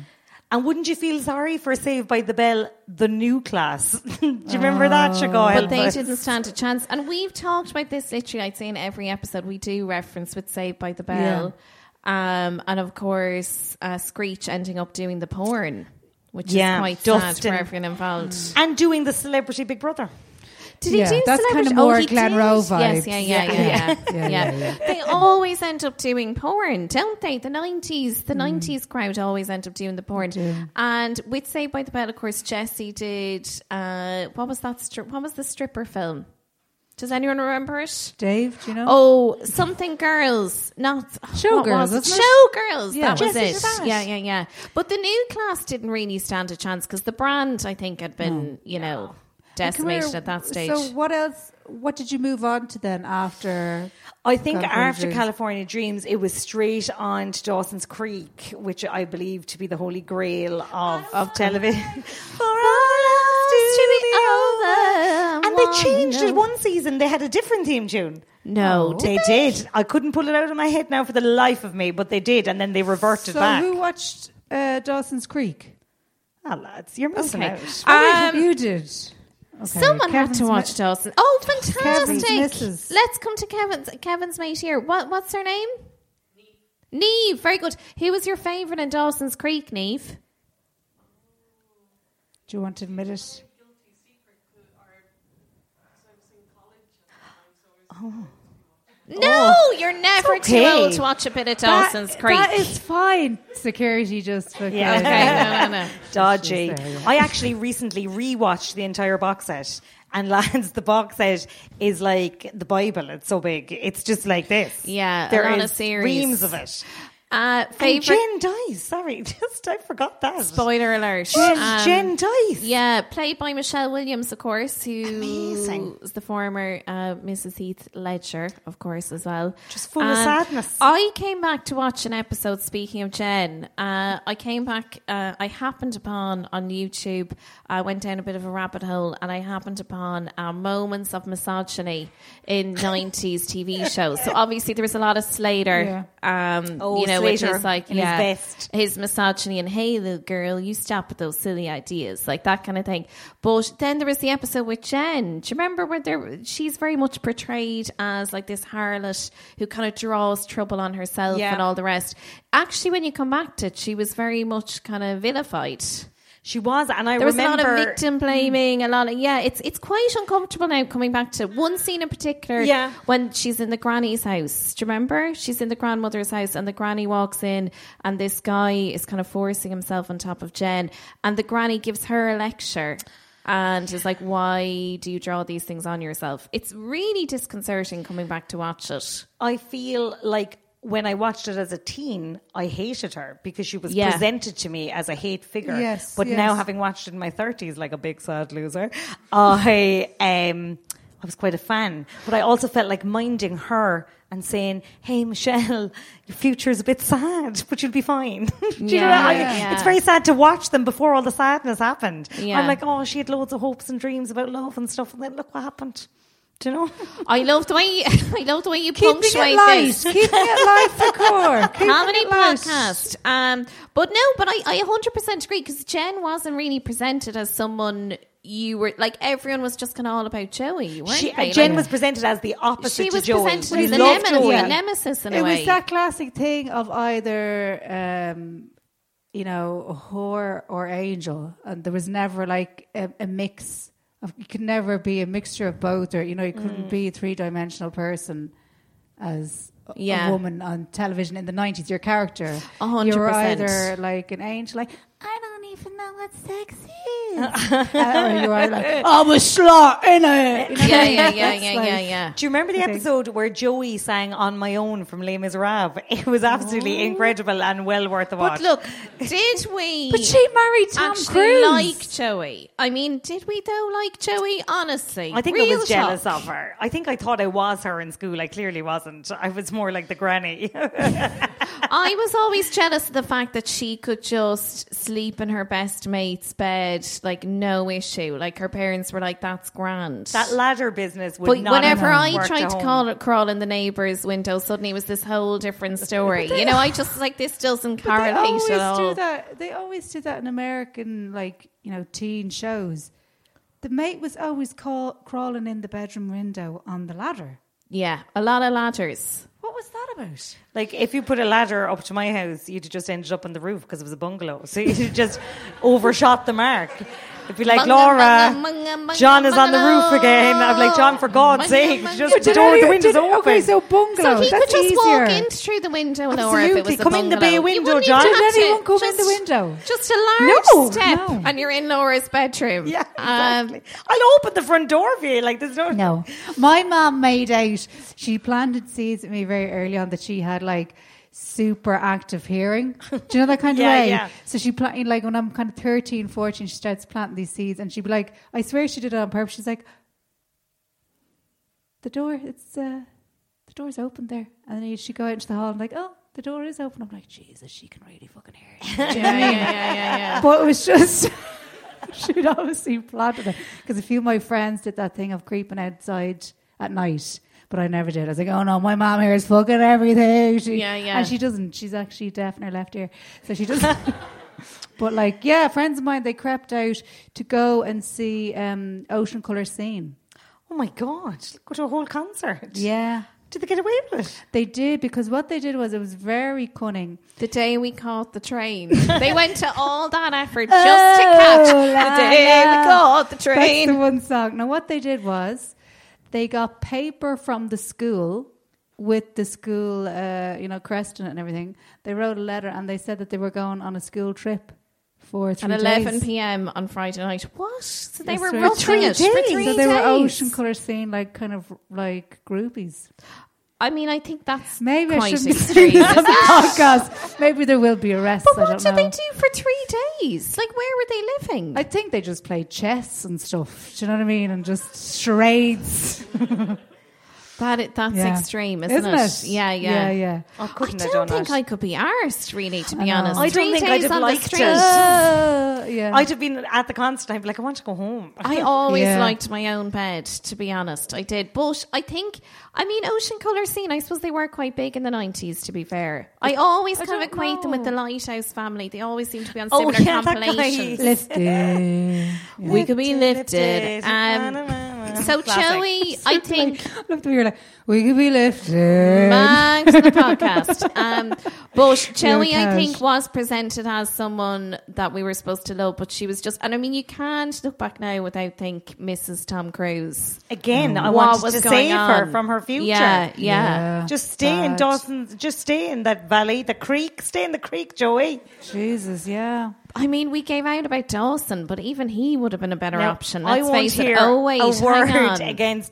S7: And wouldn't you feel sorry for Saved by the Bell, the new class? <laughs> Do you remember that,
S3: Oh.
S7: Siobhan?
S2: But they didn't stand a chance. And we've talked about this literally, I'd say, in every episode we do reference with Saved by the Bell. Um, and of course, uh, Screech ending up doing the porn, which
S7: Yeah,
S2: is quite sad
S7: Dustin.
S2: for everyone involved.
S7: And doing the Celebrity Big Brother.
S2: Did he
S3: Yeah,
S2: do
S3: that's
S2: celebrity?
S3: kinda more
S2: oh, he
S3: Glen
S2: did.
S3: Rowe
S2: Yes,
S3: vibes.
S2: yeah, yeah,
S3: <laughs>
S2: yeah, yeah. yeah, They always end up doing porn, don't they? The nineties,
S3: Mm.
S2: the nineties crowd always end up doing the porn. And with Saved by the Bell, of course, Jesse did. Uh, what was that? Stri- what was the stripper film? Does anyone remember it?
S3: Dave, do you know?
S2: Oh, something girls, not what
S3: Showgirls,
S2: was it?
S3: wasn't it?
S2: Showgirls.
S3: Yeah.
S2: That was
S7: Jesse
S2: it.
S7: Gervais.
S2: Yeah, yeah, yeah. But the new class didn't really stand a chance because the brand, I think, had been, you know,
S3: Come here.
S2: decimated at that stage.
S3: So what else? What did you move on to then after?
S7: I think
S3: California
S7: after
S3: Dreams.
S7: California Dreams, it was straight on to Dawson's Creek, which I believe to be the holy grail of, of television. <laughs> For all else to
S2: be
S7: be over.
S2: over,
S7: And they
S2: one
S7: changed it
S2: note.
S7: one season. They had a different theme tune.
S3: Oh,
S2: No,
S7: Oh, They did. I couldn't pull it out of my head now for the life of me, but they did, and then they reverted
S3: So
S7: back.
S3: who watched uh, Dawson's Creek?
S7: Ah, lads, you're missing
S2: Okay.
S7: out.
S3: Oh, wait,
S2: Um,
S3: you did. Okay,
S2: Someone had
S3: Kevin's
S2: to watch
S3: mi-
S2: Dawson. Oh,
S3: Kevin's
S2: fantastic!
S3: missus.
S2: Let's come to Kevin's Kevin's mate here. What what's her name? Neve. Very good. Who was your favourite in Dawson's Creek, Neve?
S3: Do you want to admit it? Oh.
S2: No, you're never
S7: okay.
S2: too old to watch a bit of Dawson's
S3: That-
S2: Creek.
S3: That is fine. Security just fucking.
S7: Yeah.
S2: <laughs> okay, no,
S3: <laughs>
S2: no, no.
S7: dodgy.
S3: She's there, yeah.
S7: I actually recently rewatched the entire box set, and <laughs> lads, the box set is like the Bible. It's so big. It's just like this.
S2: Yeah, a
S7: there
S2: lot
S7: is
S2: of series.
S7: reams of it.
S2: Uh,
S7: And
S2: favorite
S7: Jen dies. Sorry, <laughs> just I forgot that.
S2: spoiler alert.
S7: Jen,
S2: Um,
S7: Jen dies.
S2: Yeah, played by Michelle Williams, of course, who
S7: Amazing.
S2: is the former uh, Mrs. Heath Ledger, of course, as well.
S7: Just full of sadness.
S2: I came back to watch an episode. Speaking of Jen, uh, I came back. Uh, I happened upon on YouTube. I went down a bit of a rabbit hole, and I happened upon uh, moments of misogyny
S7: <laughs>
S2: in nineties TV shows. So obviously, there was a lot of Slater. Um,
S7: Oh,
S2: you know, which
S7: Slater
S2: is like
S7: in his
S2: yeah,
S7: best.
S2: his misogyny and hey little girl you stop with those silly ideas like that kind of thing but then there was the episode with jen do you remember where there she's very much portrayed as like this harlot who kind of draws trouble on herself
S7: Yeah.
S2: and all the rest actually when you come back to it she was very much kind of vilified
S7: She was, and I
S2: there was a
S7: remember
S2: lot of victim
S3: Mm-hmm.
S2: blaming, a lot of yeah. It's it's quite uncomfortable now coming back to one scene in particular.
S7: Yeah.
S2: when she's in the granny's house. Do you remember? She's in the grandmother's house, and the granny walks in, and this guy is kind of forcing himself on top of Jen, and the granny gives her a lecture. And is like, why do you draw these things on yourself? It's really disconcerting coming back to watch it.
S7: I feel like when I watched it as a teen, I hated her because she was
S2: Yeah.
S7: presented to me as a hate figure.
S3: Yes,
S7: but now
S3: yes.
S7: having watched it in my thirties, like a big sad loser, I um, I was quite a fan. But I also felt like minding her and saying, "Hey, Michelle, your future's a bit sad, but you'll be fine." <laughs> Do you know
S2: Yeah,
S7: what I-
S2: yeah.
S7: It's very sad to watch them before all the sadness happened.
S2: Yeah.
S7: I'm like, oh, she had loads of hopes and dreams about love and stuff, and then look what happened. Do you know?
S2: I love the way <laughs> I love the way you
S3: Keeping
S2: punctuate
S3: it light.
S2: this.
S3: Keeping it light for core. Keeping
S2: comedy
S3: it light.
S2: podcast. Um, but no, but I, I 100% agree because Jen wasn't really presented as someone you were like everyone was just kind of all about Joey. Weren't
S7: She, uh,
S2: they?
S7: Jen
S2: Like,
S7: was presented as the opposite
S2: she
S7: to
S2: was
S7: Joey.
S2: presented
S7: We
S2: as a,
S7: love
S2: nemesis,
S7: Joey.
S2: a nemesis in a
S3: it
S2: way.
S3: was that classic thing of either um, you know whore or angel and there was never like a, a mix of you could never be a mixture of both or you know you
S2: Mm.
S3: couldn't be a three-dimensional person as a-
S2: Yeah.
S3: a woman on television in the 90s your character
S2: A hundred
S3: you were
S2: percent.
S3: either like an angel like I don't even know what sex
S2: <laughs>
S3: is Uh, or you are like I'm a slut innit You know what
S2: yeah,
S3: I mean?
S2: yeah, yeah,
S3: <laughs> It's
S2: yeah,
S3: like-
S2: yeah, yeah.
S7: Do you remember the episode where Joey sang "On My Own" from Les Miserables? <laughs> It was absolutely incredible and well worth the watch.
S2: But look, did we?
S3: but she married Tom
S2: actually
S3: Cruise
S2: like Joey. I mean, did we though like Joey? Honestly,
S7: I think I
S2: Real
S7: was
S2: talk.
S7: jealous of her. I think I thought I was her in school. I clearly wasn't. I was more like the granny. <laughs>
S2: I was always jealous of the fact that she could just sleep in her her best mate's bed, like no issue. Like her parents were like, "That's grand."
S7: That ladder business would
S2: but
S7: not
S2: whenever
S7: have
S2: I
S7: worked
S2: tried
S7: at
S2: to
S7: home.
S2: call, crawl in the neighbour's window, suddenly it was this whole different story. you know, I just was like this doesn't
S3: But they
S2: correlate
S3: always
S2: at all.
S3: do that. They always do that in American, like you know, teen shows. The mate was always call, crawling in the bedroom window on the ladder.
S2: Yeah, a lot of ladders.
S3: What was that about?
S7: Like if you put a ladder up to my house, you'd have just ended up on the roof because it was a bungalow. So you just overshot the mark. It'd be like
S2: Bunga,
S7: Laura,
S2: bunga, bunga,
S7: John is on the
S2: bungalow.
S7: roof again. I'm like John, for God's
S2: Bunga,
S7: sake,
S2: bunga.
S7: just
S2: But
S7: the
S2: did
S7: door, the
S3: any-
S7: windows
S3: did-
S7: open.
S3: Okay, so <laughs> bungalow.
S2: So he
S3: that's
S2: could just
S3: easier.
S2: walk in through the window, Laura, if it
S7: Absolutely.
S2: was a
S7: Come in the
S2: bungalow.
S7: bay
S2: You
S7: window,
S2: wouldn't even
S7: John.
S2: have
S3: Did
S2: to-
S3: anyone come in the
S2: just-
S3: window?
S2: Just a large
S3: No,
S2: step,
S3: no.
S2: and you're in Laura's bedroom.
S7: yeah,
S2: Um,
S7: exactly. I'll open the front door for you. Like there's <laughs> no.
S3: No, my mom made out. She planted seeds at me very early on that she had like super active hearing. Do you know that kind
S7: <laughs> Yeah,
S3: of way?
S7: yeah.
S3: So she planted like when I'm kind of 13, 14, she starts planting these seeds, and she'd be like, "I swear she did it on purpose." She's like, "The door, it's uh, the door's open there," and then she'd go out into the hall and like, "Oh." The door is open. I'm like, Jesus, she can really fucking hear
S2: yeah,
S3: it.
S2: yeah, yeah, yeah, yeah.
S3: But it was just, <laughs> she'd obviously plotted it. Because a few of my friends did that thing of creeping outside at night, but I never did. I was like, oh no, my mom hears fucking everything. She,
S2: Yeah, yeah.
S3: And she doesn't. She's actually deaf in her left ear. So she doesn't. <laughs> but like, yeah, friends of mine, they crept out to go and see um, Ocean Colour Scene.
S7: Oh my God! Go to a whole concert.
S3: Yeah.
S7: Did they get away with it?
S3: They did because what they did was it was very cunning.
S2: The day we caught the
S3: <laughs>
S2: train. They went to all that effort just to catch
S3: Oh,
S2: the
S3: la,
S2: day we
S3: la.
S2: caught the
S3: That's the
S2: train.
S3: one song. Now, what they did was they got paper from the school with the school, uh, you know, crest on it and everything. They wrote a letter and they said that they were going on a school trip for
S2: At
S3: three
S2: 11
S3: days.
S2: p.m. on Friday night. What? So they
S3: Yes,
S2: were
S3: sir.
S2: roughing
S3: Three
S2: it for
S7: days.
S2: three
S3: So they were
S2: days.
S3: ocean colour scene, like kind of like groupies.
S2: I mean, I think that's
S3: Maybe I
S2: quite
S3: should be
S2: extreme.
S3: saying
S2: isn't
S3: that on the
S2: it?
S3: podcast. Maybe there will be arrests.
S2: But
S3: I
S2: what
S3: don't
S2: did they
S3: know.
S2: do for three days? Like, where were they living?
S3: I think they just played chess and stuff. Do you know what I mean? And just charades.
S2: that i- that's
S3: Yeah.
S2: extreme, isn't,
S3: Isn't it?
S2: Yeah, yeah,
S3: Yeah, yeah.
S7: Oh,
S2: I
S7: couldn't have
S2: don't
S7: done
S2: think
S7: it.
S2: I could be arsed, really, to
S3: I
S2: be
S3: know.
S2: honest.
S3: I
S7: don't
S2: Three
S7: think I'd
S2: days
S7: have
S2: on the
S7: liked it.
S2: street.
S3: Uh, yeah.
S7: I'd have been at the concert. I'd be like, I want to go home.
S2: I always
S3: Yeah.
S2: liked my own bed, to be honest. I did. But I think, I mean, Ocean Colour Scene, I suppose they were quite big in the 90s, to be fair. I always kind of
S3: don't
S2: equate them with
S3: know.
S2: the Lighthouse family. They always seem to be on
S7: Oh,
S2: similar
S7: yeah, that guy.
S2: compilations.
S3: Lifted.
S2: <laughs> We could
S7: <laughs>
S2: be lifted.
S7: Lifted.
S2: Um, so,
S7: Classic.
S2: Joey,
S7: <laughs>
S2: I think.
S3: Look, we were like, we could be lifted.
S2: back to the podcast. Um,
S7: <laughs>
S2: but Joey, I
S3: couch.
S2: think, was presented as someone that we were supposed to love, but she was just, and I mean, you can't look back now without think Mrs. Tom Cruise.
S7: Again, I
S2: What
S7: wanted
S2: was
S7: to
S2: going
S7: save her
S2: on.
S7: from her future.
S2: Yeah, yeah.
S7: Just stay in Dawson's. Just stay in that valley, the creek. Stay in the creek, Joey.
S3: Jesus, yeah.
S2: I mean, we gave out about Dawson, but even he would have been a better
S7: Now,
S2: option.
S7: I
S2: Let's
S7: won't
S2: face
S7: hear
S2: it. Oh wait,
S7: a
S2: hang
S7: word
S2: on.
S7: against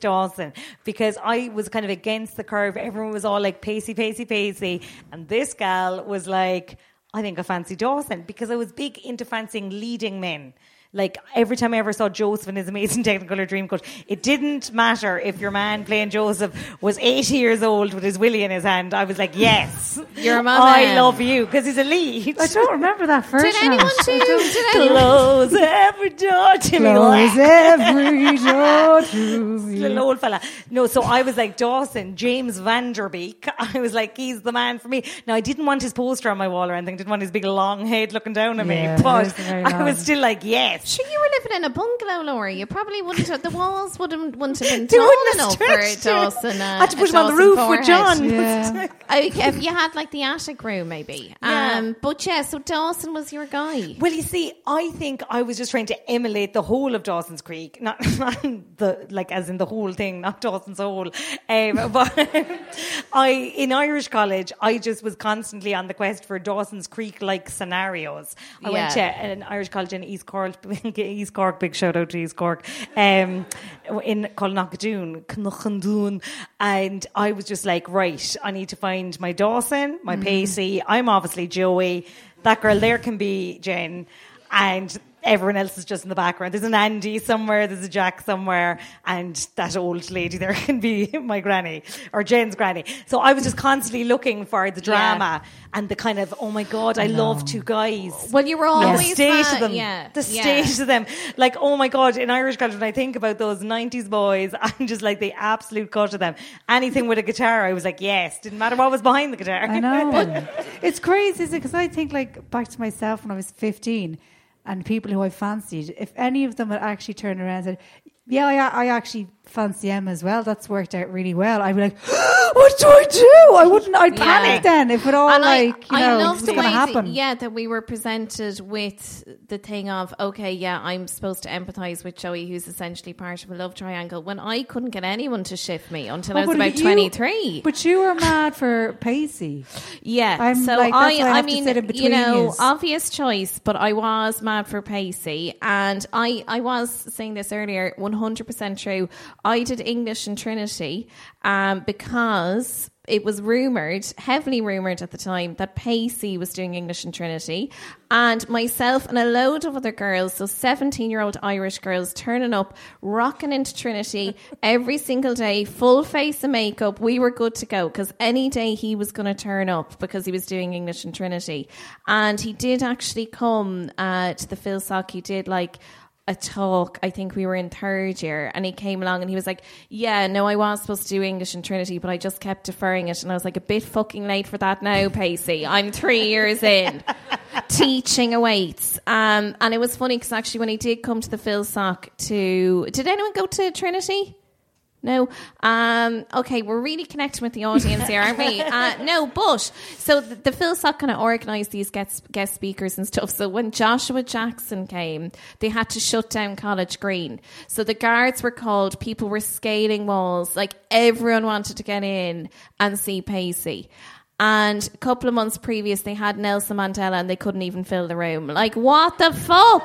S2: <laughs>
S7: Dawson because I was kind of against the curve. Everyone was all like pacey, pacey, pacey, and this gal was like, I think I fancy Dawson because I was big into fancying leading men. Like every time I ever saw Joseph in his amazing <laughs> Technicolor Dreamcoat, it didn't matter if your man playing Joseph was 80 years old with his willy in his hand. I was like, yes,
S2: You're a man.
S7: I love you because he's a lead.
S3: I don't remember that first
S2: Did anyone do? Did anyone?
S7: Close every door to me.
S3: Close every door to me.
S7: little old fella. No, so I was like Dawson, James Vanderbeek. <laughs> I was like, he's the man for me. Now I didn't want his poster on my wall or anything. Didn't want his big long head looking down at
S3: Yeah,
S7: me.
S3: it is
S7: But
S3: very
S7: I was
S3: long.
S7: still like, yes. <laughs>
S2: Sure, you were living in a bungalow, Laura. You probably wouldn't have, the walls wouldn't, wouldn't have been
S7: <laughs> They
S2: tall
S7: wouldn't have
S2: enough for a
S7: stretched it.
S2: Dawson. Uh,
S7: I had to
S2: a
S7: put him on the
S2: Dawson
S7: roof
S2: forehead.
S7: with <laughs> John.
S3: Yeah.
S2: Okay, if you had like the attic room, maybe.
S7: Yeah.
S2: Um, but yeah, so Dawson was your guy.
S7: Well, you see, I think I was just trying to emulate the whole of Dawson's Creek, not, <laughs> not the like as in the whole thing, not Dawson's whole. Um, <laughs> but I, in Irish college, I just was constantly on the quest for Dawson's Creek-like scenarios. I went to
S2: Yeah.
S7: an Irish college in East Cork, <laughs> East Cork. Big shout out to East Cork, um, in called Knockdoon, Knockdoon, and I was just like, right, I need to find my Dawson, my Pacey. I'm obviously Joey. That girl there can be Jen, and everyone else is just in the background. There's an Andy somewhere, there's a Jack somewhere, and that old lady there <laughs> can be my granny or Jane's granny. So I was just constantly looking for the drama and the kind of, oh my God, I, love two guys.
S2: Well, you were
S7: And
S2: always
S7: the state
S2: that-
S7: of them.
S2: Yeah,
S7: The
S2: yeah.
S7: state of them. Like, oh my God, in Irish culture, when I think about those 90s boys, <laughs> I'm just like the absolute cut of them. Anything with a guitar, I was like, yes. Didn't matter what was behind the guitar.
S3: <laughs> I know. it's crazy, isn't it? Because I think like back to myself when I was 15 and people who I fancied, if any of them had actually turned around and said, yeah, I, I actually fancy Emma as well. That's worked out really well. I'd be like, <gasps> what do I do? I wouldn't, I'd
S2: Yeah.
S3: panic then if it all
S2: And I-
S3: like, you
S2: I
S3: know,
S2: love
S3: was
S2: the
S3: going to
S2: way that-
S3: happen.
S2: yeah, that we were presented with the thing of, okay, yeah, I'm supposed to empathize with Joey, who's essentially part of a love triangle, when I couldn't get anyone to shift me until
S3: Oh,
S2: I was
S3: but
S2: about
S3: you-
S2: 23.
S3: But you were mad for Pacey.
S2: yeah,
S3: I'm
S2: so
S3: like,
S2: I,
S3: that's why I
S2: I,
S3: have to
S2: mean,
S3: sit in
S2: you
S3: between
S2: know,
S3: yous.
S2: obvious choice, but I was mad for Pacey, and I, I was saying this earlier, 100% true. I did English in Trinity um, because it was rumored, heavily rumored at the time, that Pacey was doing English in Trinity, and myself and a load of other girls, so 17 year old Irish girls, turning up, rocking into
S3: <laughs>
S2: Trinity every single day, full face of makeup. We were good to go because any day he was going to turn up because he was doing English in Trinity. And he did actually come uh, to the Philsoc. He did like, a talk. I think we were in third year, and he came along and he was like, "Yeah, no, I was supposed to do English in Trinity, but I just kept deferring it." And I was like, "A bit fucking late for that now, Pacey. I'm three years in, teaching awaits." Um, and it was funny because actually, when he did come to the Philsoc, to did anyone go to Trinity? No. Um, okay, we're really connecting with the audience here, aren't
S7: <laughs>
S2: we? Uh, no, but so the, the Philsoc kind of organised these guest, guest speakers and stuff. So when Joshua Jackson came, they had to shut down College Green. So the guards were called, people were scaling walls, like everyone wanted to get in and see Pacey. And a couple of months previous, they had Nelson Mandela and they couldn't even fill the room. Like, what the fuck?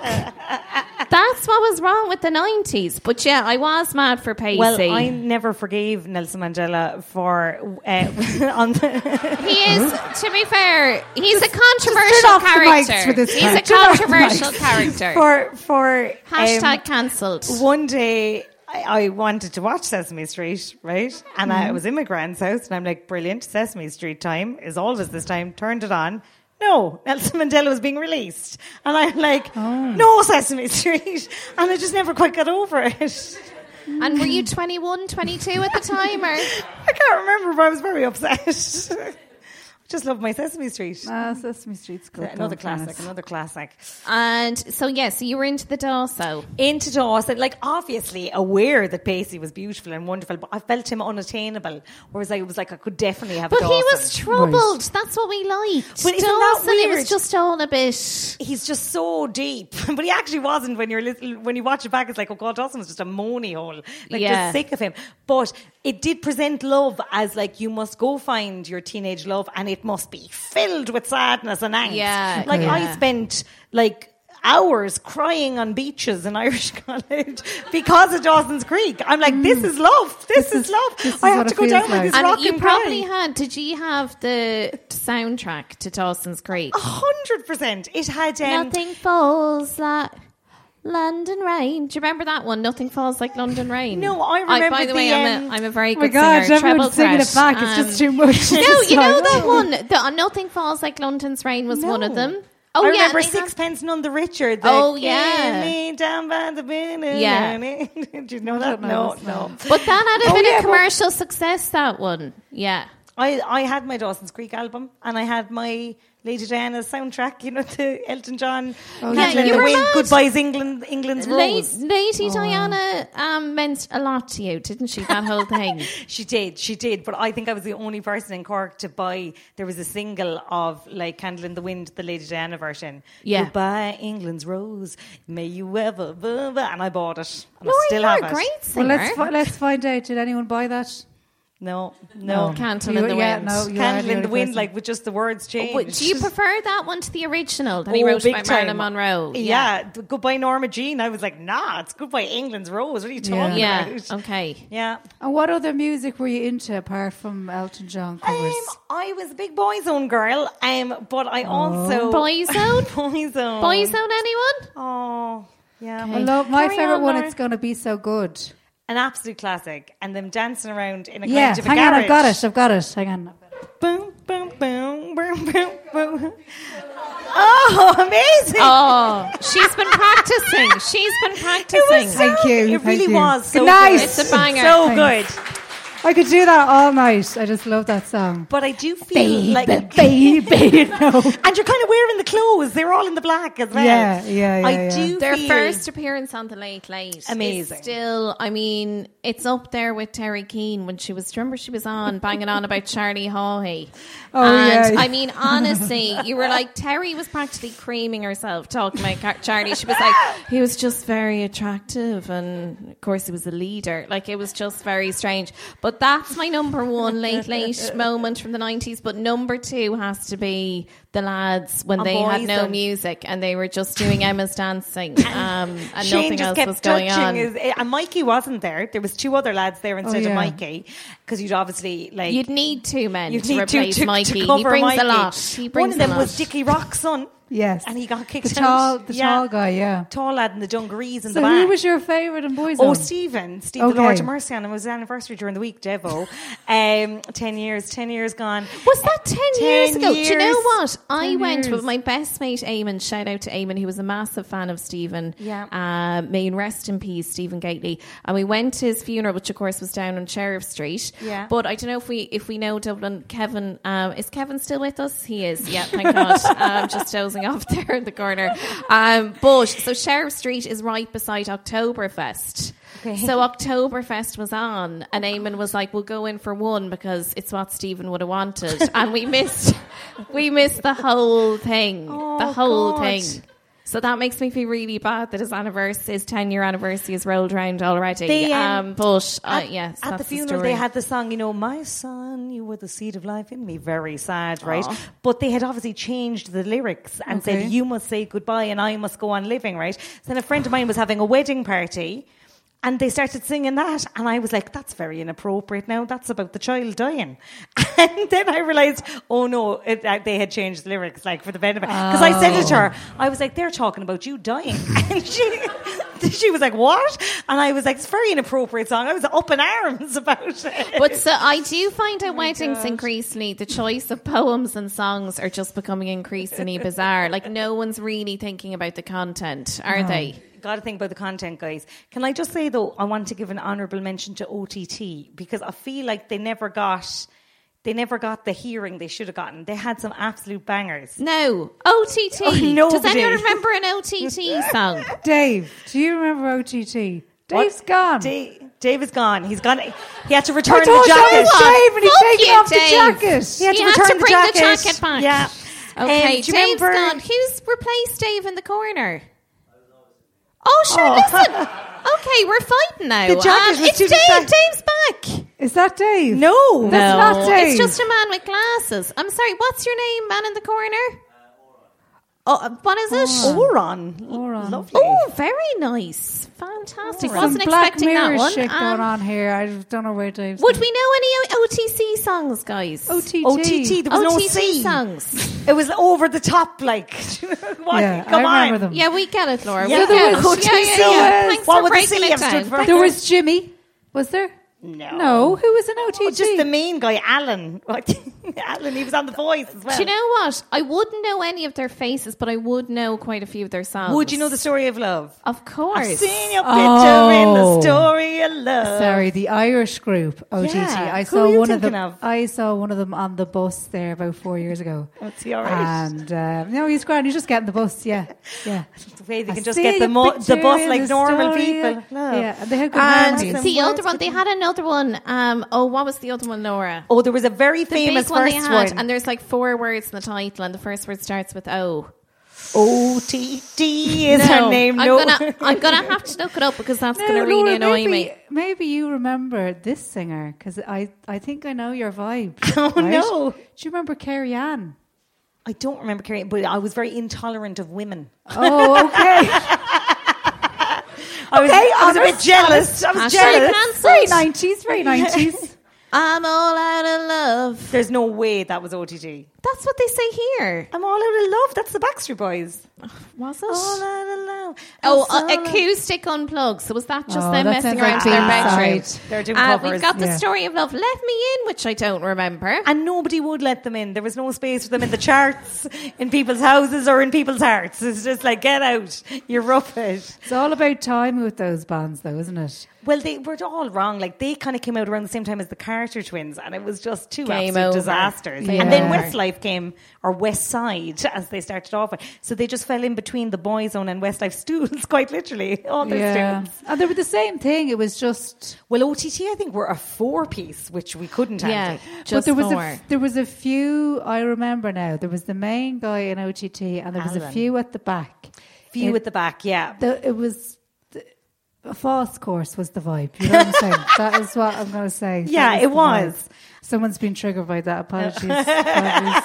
S7: <laughs>
S2: That's what was wrong with the 90s. But yeah, I was mad for Pacey.
S7: Well, I never forgave Nelson Mandela for uh, <laughs> on the,
S2: He is, to be fair, he's a
S3: Just
S2: controversial
S3: turn off the mics
S2: character.
S3: for this
S2: he's
S3: time.
S2: a
S3: Turn off the
S2: controversial
S3: mics.
S2: character.
S7: for for um,
S2: Hashtag cancelled.
S7: One day I, I wanted to watch Sesame Street, right? And I was in my grand's house and I'm like, brilliant, Sesame Street time is always this time. Turned it on. No, Nelson Mandela was being released. And I'm like, no Sesame Street. And I just never quite got over it. <laughs>
S2: And were you 21, 22 at the time?
S3: <laughs>
S2: Or?
S7: I can't remember, but I was very upset. <laughs> I just love my Sesame Street.
S3: Ah, Sesame Street's good.
S7: another
S3: though, fairness.
S7: classic, another classic.
S2: And so, yeah, so you were into the Dorso.
S7: into Dawson, like obviously aware that Pacey was beautiful and wonderful, but I felt him unattainable. Whereas I was like, I could definitely have
S2: But
S7: a
S2: he
S7: Dawson.
S2: was troubled. That's what we liked.
S7: But isn't that
S2: Dawson, it
S7: weird?
S2: was just all a bit.
S7: He's just so deep, <laughs> but he actually wasn't. When you're little, when you watch it back, it's like, oh god, Dawson was just a moany hole. Like
S2: Yeah.
S7: just sick of him. But it did present love as like you must go find your teenage love, and it must be filled with sadness and angst.
S2: Yeah,
S7: like I
S2: yeah.
S7: spent like. Hours crying on beaches in <laughs> Irish college because of Dawson's Creek. I'm like, this is love. This, is, love.
S3: this is
S7: I have
S3: what
S7: to
S3: it
S7: go
S3: feels
S7: down
S3: like.
S7: with this
S2: And
S7: rock
S2: you
S7: and
S2: probably
S7: cry.
S2: had. Did you have the soundtrack to Dawson's Creek?
S7: A hundred percent. It had um, <laughs>
S2: Nothing falls like London rain. Do you remember that one? Nothing falls like London rain.
S7: No, I remember
S2: by the, way,
S7: the,
S2: I'm,
S7: um,
S2: a, I'm a very
S3: Oh my
S2: good
S3: gosh,
S2: singer. treble
S3: everyone's singing it
S2: threat.
S3: back. It's just
S2: Um,
S3: too much.
S2: No, you know that one. The, uh, Nothing falls like London's rain was one of them. Oh
S7: I
S2: yeah,
S7: remember
S2: and they have-
S7: Sixpence None the Richer. The
S2: Oh, yeah.
S7: "Get Me down by the bin. <laughs>
S2: Yeah.
S7: Do you know that? No, no.
S2: But that had a
S7: Oh,
S2: bit
S7: yeah,
S2: of
S7: but-
S2: commercial success. That one, yeah.
S7: I, I had my Dawson's Creek album and I had my Lady Diana's soundtrack, you know, <laughs> to Elton John. Oh,
S2: yeah, you
S7: the
S2: were
S7: Wind,
S2: mad.
S7: Goodbyes England, England's
S2: Lady,
S7: Rose.
S3: Oh.
S2: Lady Diana um, meant a lot to you, didn't she? That whole
S7: <laughs>
S2: thing.
S7: She did, she did. But I think I was the only person in Cork to buy. There was a single of like "Candle in the Wind," the Lady Diana version.
S2: Yeah.
S7: Goodbye, England's rose. May you ever, blah, blah, and I bought it. And I
S2: Laurie,
S7: still
S2: you're
S7: have
S2: a
S7: it.
S2: great
S3: Well,
S2: singer.
S3: let's, fi- let's find out. Did anyone buy that?
S7: No, no.
S2: No. Candle in
S3: Oh, You-
S2: the
S3: yeah,
S2: Wind.
S3: no, you're
S7: Candle in
S3: only
S7: the wind,
S3: person.
S7: like with just the words change.
S2: Oh, Wait, do you
S3: <laughs>
S2: prefer that one to the original that he
S7: Oh,
S2: wrote
S7: big
S2: by
S7: time.
S2: Marilyn Monroe?
S7: Yeah. th- Goodbye, Norma Jean. I was like, nah, it's Goodbye, England's Rose. What are you talking
S2: Yeah.
S7: about?
S2: Okay.
S7: Yeah.
S3: And what other music were you into apart from Elton John covers?
S7: Um, I was a big Boyzone girl, um, but I
S3: Oh.
S2: <laughs>
S7: also <laughs>
S2: Boyzone?
S7: Boyzone,
S2: Boyzone,
S7: <laughs>
S2: anyone?
S7: Oh, yeah.
S3: I love my
S7: Carry
S3: favorite
S7: on,
S3: one.
S7: Laura.
S3: It's gonna be so good.
S7: An absolute classic, and them dancing around in a
S3: Yeah,
S7: kind of a
S3: hang on, I've got
S7: garage.
S3: it. I've got it. Hang on.
S7: Boom, boom, boom, boom, boom, boom. <laughs> Oh, amazing!
S2: Oh, she's been practicing. She's been practicing.
S3: Thank you.
S7: It
S3: thank
S7: really
S3: you.
S7: was so
S3: Good night.
S7: good.
S2: It's a banger.
S7: so good.
S3: Thanks. I could do that all night. I just love that song.
S7: But I do feel like, <laughs>
S3: baby, no.
S7: and you're kind of wearing the clothes. They're all in the black as well.
S3: Yeah, yeah, yeah,
S7: I
S3: yeah.
S7: do.
S2: Their
S7: feel-
S2: first appearance on the Late Late. is
S7: Amazing.
S2: still, I mean, it's up there with Terry Keane when she was. Remember, she was on banging on about Charlie Hawley.
S3: Oh,
S2: and
S3: yeah.
S2: I mean, honestly, you were like Terry was practically creaming herself talking about Car- Charlie. She was like, he was just very attractive, and of course, he was a leader. Like it was just very strange. But that's my number one Late Late moment from the nineties. But number two has to be the lads when
S7: On
S2: they had
S7: Boys
S2: no
S7: and-
S2: music music and they were just doing Emma's dancing <laughs> um, and
S7: Shane
S2: nothing
S7: just
S2: else
S7: kept
S2: was going
S7: touching
S2: on.
S7: his, and Mikey wasn't there. There was two other lads there instead
S3: Oh, yeah.
S7: of Mikey because you'd obviously like
S2: You'd need two men
S7: you'd
S2: to
S7: need two
S2: replace
S7: to,
S2: Mikey.
S7: to
S2: he
S7: cover
S2: brings a
S7: Mikey.
S2: lot. He brings
S7: One of them
S2: a lot.
S7: was Dickie Rock's son.
S3: Yes.
S7: and he got kicked
S3: the
S7: out.
S3: Tall, the tall guy, yeah.
S7: tall lad in the dungarees in
S3: So
S7: the
S3: who
S7: back.
S3: was your favourite in Boyzone?
S7: Oh, Stephen, Stephen
S3: Okay.
S7: Lord to Mercy on him. It was his anniversary during the week, Devo. <laughs> Um, 10 years, 10 years gone.
S2: Was that 10,
S7: 10
S2: years ago? Do you know
S7: years.
S2: what? I
S3: 10
S2: went
S3: years.
S2: with my best mate, Eamon. Shout out to Eamon, who was a massive fan of Stephen.
S7: Yeah.
S2: Uh, may he rest in peace, Stephen Gately. And we went to his funeral, which of course was down on Sheriff Street.
S7: Yeah.
S2: But I don't know if we if we know Dublin. Kevin, um, is Kevin still with us? He is. Yeah, thank
S7: <laughs>
S2: God. um, just dozing off <laughs> there in the corner. Um, but so Sheriff Street is right beside Oktoberfest.
S7: Okay.
S2: So Oktoberfest was on, and Eamon was like, "We'll go in for one because it's what Stephen would have
S7: <laughs>
S2: wanted," and we missed, we missed the whole thing, the
S7: Oh,
S2: whole
S7: God.
S2: thing. So that makes me feel really bad that his anniversary, his ten year anniversary, is rolled round already.
S7: They, um,
S2: um, but uh,
S7: At-
S2: yes,
S7: at the
S2: that's
S7: funeral,
S2: story.
S7: they had the song, you know, My Son, You Were the Seed of Life in Me. Very sad, right? But they had obviously changed the lyrics and
S3: Okay.
S7: said, You must say goodbye and I must go on living, right? So then a friend of mine was having a wedding party and they started singing that. And I was like, That's very inappropriate now. That's about the child dying. <laughs> And then I realized, Oh no, it, uh, they had changed the lyrics, like for the benefit. Because I said it to her, I was like, They're talking about you dying. <laughs> And she. <laughs> She was like, "What?" And I was like, "It's a very inappropriate song." I was up in arms <laughs> about it.
S2: But so I do find
S7: Oh
S2: at weddings increasingly the choice of poems and songs are just becoming
S7: <laughs>
S2: increasingly bizarre. Like no one's really thinking about the content, are they?
S7: Got to think about the content, guys. Can I just say though, I want to give an honourable mention to OTT because I feel like they never got, they never got the hearing they should have gotten. They had some absolute bangers.
S2: No, OTT.
S7: Oh,
S2: Does
S7: nobody.
S2: anyone remember an
S7: <laughs>
S2: OTT song?
S3: Dave, do you remember OTT? Dave's gone.
S7: Dave, Dave is gone. He's gone. He had to return
S3: I
S7: the
S3: told you I
S7: jacket.
S3: was Dave and he's
S2: Fuck
S3: taking
S2: you,
S3: off
S2: Dave.
S3: the jacket.
S7: He had
S2: You
S7: to
S2: had
S7: return
S2: to
S7: the,
S2: bring the
S7: jacket.
S2: jacket back.
S7: Yeah.
S2: Okay,
S7: Um, do you
S2: Dave's
S7: remember?
S2: gone. Who's replaced Dave in the corner? Oh, sure. Listen. Okay, we're fighting now.
S7: The jacket
S2: Um,
S7: was
S2: it's
S7: too
S2: Dave.
S7: distracting.
S2: Dave's back.
S3: Is that Dave?
S7: No.
S3: That's
S2: No,
S3: not Dave.
S2: It's just a man with glasses. I'm sorry. What's your name, man in the corner? Oh, uh, what is it?
S7: Oran.
S3: Oran.
S7: Lovely.
S2: Oh, very nice. Fantastic.
S3: Some
S2: Wasn't
S3: Black
S2: expecting
S3: Mirror
S2: that one.
S3: shit
S2: Um,
S3: going on here. I don't know where Dave's
S2: Would we know any O- OTC songs, guys?
S3: OTT.
S7: OTT. There was no
S2: OTT
S7: C. <laughs>
S2: songs.
S7: It was over the top, like. <laughs> what?
S3: Yeah, I
S7: Come on.
S3: remember them.
S2: Yeah, we get it, Laura.
S7: Yeah,
S2: we
S7: there
S2: get
S7: was
S2: it. Yeah, yeah,
S7: OTC.
S2: yeah. Thanks
S7: What
S2: for
S7: would the
S2: breaking
S7: C
S2: it
S7: have stood
S2: down.
S7: for?
S3: There was Jimmy. Was there?
S7: No.
S3: No. Who was an OTT?
S7: Oh, just the main guy, Alan. <laughs> Alan, he was on The Voice as well.
S2: Do you know what? I wouldn't know any of their faces, but I would know quite a few of their
S3: Oh,
S2: songs.
S7: Would you know the story of love?
S2: Of course.
S7: I've seen your picture in
S3: Oh.
S7: the story of love.
S3: Sorry, the Irish group OTT.
S7: Yeah,
S3: I
S7: who
S3: saw
S7: are you
S3: one of them.
S7: thinking of?
S3: I saw one of them on the bus there about four years ago.
S7: That's all right.
S3: And uh, no, he's grand. He's just getting the bus. Yeah,
S7: <laughs>
S3: yeah.
S7: The way they
S3: I
S7: can just
S3: see
S7: get
S3: your
S7: the, mo- the
S3: picture
S7: bus
S3: in
S7: like
S3: the
S7: normal
S3: story.
S7: people. Love.
S3: Yeah, and they had good memories.
S7: and
S2: the other one, they had another one. Um, oh, what was the other one, Laura?
S7: Oh, there was a very
S2: the
S7: famous
S2: big one
S7: first
S2: they had,
S7: one.
S2: and there's like four words in the title, and the first word starts with O.
S7: OTD is her name.
S2: I'm
S7: no.
S2: gonna I'm gonna have to look it up because that's gonna really
S3: Laura,
S2: annoy
S3: maybe,
S2: me.
S3: Maybe you remember this singer because I, I think I know your vibe.
S7: Oh, no.
S3: Do you remember Carrie Ann?
S7: <laughs> I don't remember Carrie, but I was very intolerant of women.
S3: Oh, okay.
S7: I was, I was a bit jealous. I
S2: Hashtag
S7: was
S3: <laughs>
S7: jealous.
S3: very
S2: cancelled.
S3: nineties, very nineties.
S2: I'm all out of love.
S7: There's no way that was OTD.
S2: That's what they say here.
S7: I'm all out of love. That's the Backstreet Boys.
S2: Was it?
S7: All out of
S2: Oh,
S7: love. That's all
S2: uh,
S7: I-
S2: acoustic unplugs. So was that just
S3: Oh,
S2: them
S3: that
S2: messing
S3: sounds like
S2: around to their
S3: B-side.
S2: bedroom?
S7: They're doing
S2: Uh,
S7: covers.
S2: we've got the
S3: Yeah.
S2: story of love. Let me in, which I don't remember.
S7: and nobody would let them in. There was no space for them in the charts, in people's houses, or in people's hearts. It's just like, get out. You're rubbish.
S3: it's all about time with those bands, though, isn't it?
S7: Well, they were all wrong. Like, they kind of came out around the same time as the Carter twins, and it was just two
S2: Game
S7: absolute
S2: over.
S7: disasters.
S2: Game
S7: and then
S3: over.
S7: Westlife came, or West Side, as they started off with. So they just fell in between the Boy Zone and Westlife stools, <laughs> quite literally, all their students.
S3: and they were the same thing. It was just,
S7: Well, OTT, I think, were a four piece, which we couldn't
S2: Yeah,
S7: handle.
S2: just
S3: but there was a
S2: more.
S3: f- there was a few. I remember now. There was the main guy in OTT, and there was a
S7: Alan.
S3: few at the back.
S7: Few
S3: It-
S7: at the back, yeah.
S3: The, it was the, a false course was the vibe. You know what I'm
S7: <laughs>
S3: saying? that is what I'm going to say. That
S7: Yeah, it
S3: the
S7: was.
S3: vibe. Someone's been triggered by that. Apologies.
S7: <laughs>
S3: Apologies.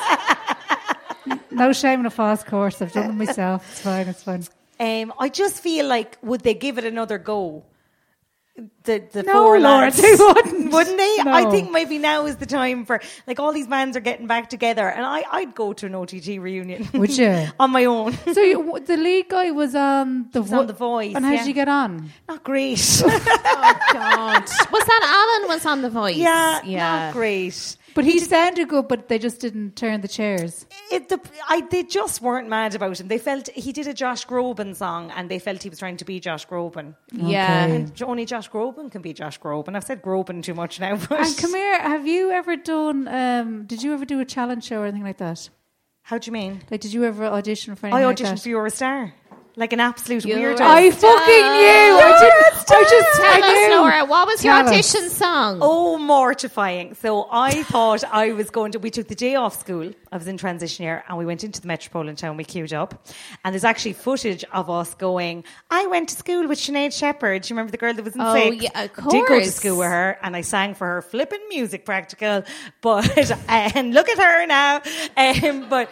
S3: no shame in a false course. I've done it myself. It's fine. It's fine.
S7: Um, I just feel like would they give it another go? The the
S3: No,
S7: four
S3: Laura,
S7: lads.
S3: <laughs> they wouldn't.
S7: <laughs> wouldn't they?
S3: No.
S7: I think maybe now is the time for like all these bands are getting back together, and I I'd go to an OTT reunion.
S3: Would you?
S7: <laughs> on my own?
S3: So you, the lead guy was on the
S7: on
S3: Vo-
S7: The Voice,
S3: And how
S7: yeah.
S3: did you get on? <laughs>
S7: Not great. <laughs>
S2: God. Was that Alan was on The Voice?
S7: yeah,
S2: Yeah.
S7: not great.
S3: But he sounded good, but they just didn't turn the chairs.
S7: It, the, I, they just weren't mad about him. They felt he did a Josh Groban song, and they felt he was trying to be Josh Groban.
S2: Yeah.
S3: Okay.
S7: And only Josh Groban can be Josh Groban. I've said Groban too much now. <laughs> But
S3: And come here, have you ever done? Um, did you ever do a challenge show or anything like that?
S7: How do you mean?
S3: Like, did you ever audition for
S7: I
S3: anything?
S7: auditioned
S3: like that?
S7: for Eurostar. Like an absolute
S2: You're
S7: weirdo.
S2: a
S3: I fucking knew. I, did, I just
S2: Tell
S3: I
S2: us,
S3: knew.
S2: Laura, what was your
S3: Tell us.
S2: audition song?
S7: Oh, mortifying. So I thought I was going to. We took the day off school. I was in transition year and we went into the Metropolitan town. We queued up. And there's actually footage of us going, I went to school with Sinead Shepherd. Do you remember the girl that was in
S2: Oh,
S7: sixth?
S2: yeah, of
S7: Did go to
S2: course.
S7: school with her and I sang for her flipping music practical. But, <laughs> and look at her now. Um, but.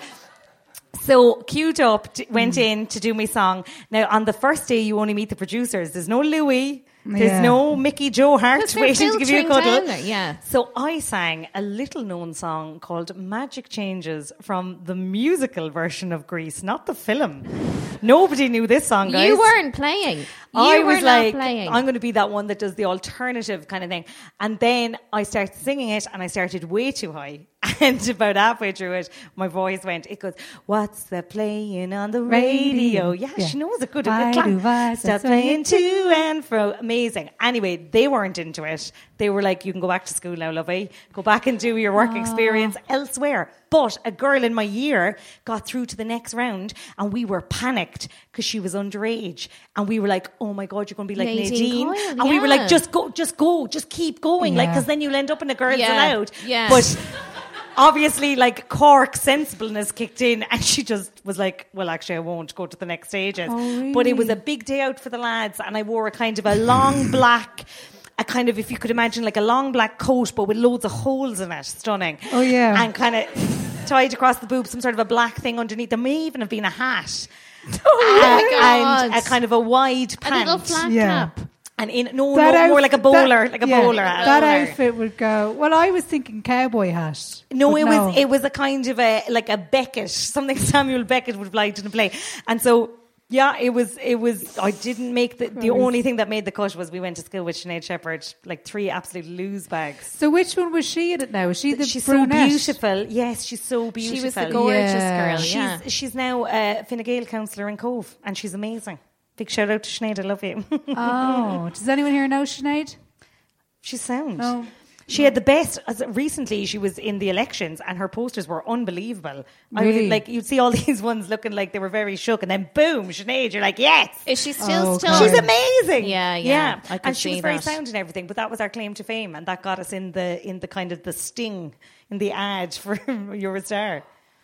S7: So queued up, t- went
S2: Mm.
S7: in to do my song. Now on the first day, you only meet the producers. There's no Louis. There's
S3: Yeah.
S7: no Mickey Joe Hart
S2: 'Cause they're
S7: waiting to give you a
S2: filtering
S7: cuddle.
S2: down there, yeah.
S7: So I sang a little known song called Magic Changes from the musical version of Grease, not the film. Nobody knew this song, guys.
S2: you weren't playing. You
S7: I
S2: were
S7: was
S2: not
S7: like,
S2: playing.
S7: I'm going to be that one that does the alternative kind of thing. And then I started singing it and I started way too high. <laughs> And about halfway through it, my voice went, it goes, What's the playing on the
S3: Radio.
S7: radio? Yeah,
S3: Yeah.
S7: she knows it good.
S3: Why do I
S7: Stop
S3: say
S7: playing to and fro. Amazing. Anyway, they weren't into it. They were like, You can go back to school now, lovey. Go back and do your work experience elsewhere. But a girl in my year got through to the next round and we were panicked because she was underage. And we were like, Oh my God, you're going to be like
S2: Nadine
S7: Nadine.
S2: Coyle,
S7: and we were
S2: yeah.
S7: like, Just go, just go, just keep going. Like,
S3: Yeah.
S7: because then you'll end up in a girl's
S2: Yeah,
S7: allowed.
S2: yeah.
S7: But obviously, like Cork sensibleness kicked in, and she just was like, "Well, actually, I won't go to the next stages."
S2: Oh,
S7: But it was a big day out for the lads, and I wore a kind of a
S3: <laughs>
S7: long black. A kind of, if you could imagine, like a long black coat, but with loads of holes in it. Stunning.
S3: Oh, yeah.
S7: And kind of tied across the boob, some sort of a black thing underneath. There may even have been a
S2: <laughs>
S7: hat.
S2: Oh my God.
S7: and a kind of a wide
S2: a
S7: pant.
S2: little flat
S3: Yeah.
S2: cap.
S7: and in no, no more
S3: outf-
S7: like a bowler,
S3: that-
S7: like a
S3: yeah,
S7: bowler. hat.
S3: That
S2: Bowler.
S3: outfit would go. Well, I was thinking cowboy hat.
S7: No,
S3: but
S7: it was it was a kind of a like a Beckett, something <laughs> Samuel Beckett would have liked to play. And so yeah, it was it was I didn't make the the only thing that made the cut was we went to school with Sinead Shepherd, like three absolute lose bags.
S3: So which one was she in it now? Was she the
S7: she's
S3: brunette?
S7: so beautiful. Yes, she's so beautiful.
S2: She was the gorgeous
S3: Yeah.
S2: girl.
S7: She's
S2: Yeah.
S7: she's now a Fine Gael counsellor in Cove and she's amazing. Big shout out to Sinead, I love you.
S3: <laughs>
S7: <laughs>
S3: Oh, does anyone here know Sinead?
S7: she's sound.
S3: Oh, No.
S7: She had the best. As recently, she was in the elections, and her posters were unbelievable. I mean,
S3: Really?
S7: like you'd see all <laughs> these ones looking like they were very shook, and then boom, Sinead, you're like, yes,
S2: Is she still
S3: Oh,
S2: still?
S3: God.
S7: she's amazing.
S2: Yeah, yeah, I could
S7: and she
S2: see
S7: was very
S2: that.
S7: sound and everything. But that was our claim to fame, <laughs> and that got us in the in the kind of the sting in the ad for Eurostar.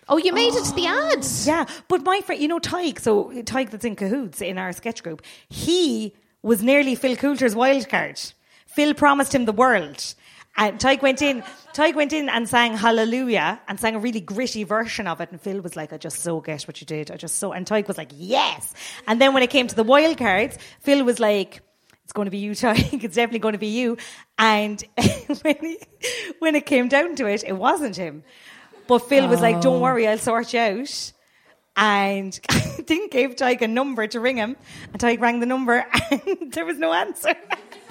S2: Oh, you made it to
S7: <gasps>
S2: the ads.
S7: Yeah, but my friend, you know, Tyke, so Tyke that's in cahoots in our sketch group, he was nearly Phil Coulter's wild card. Phil promised him the world. And Tyke went in, Tyke went in and sang Hallelujah and sang a really gritty version of it. And Phil was like, I just so get what you did. I just so, and Tyke was like, yes. And then when it came to the wild cards, Phil was like, it's going to be you, <laughs> Tyke. It's definitely going to be you. And <laughs> when, he, when it came down to it, it wasn't him. But Phil was like, "Don't worry, I'll sort you out." And <laughs> I think gave Tyke a number to ring him, and Tyke rang the number, <laughs> and there was no answer.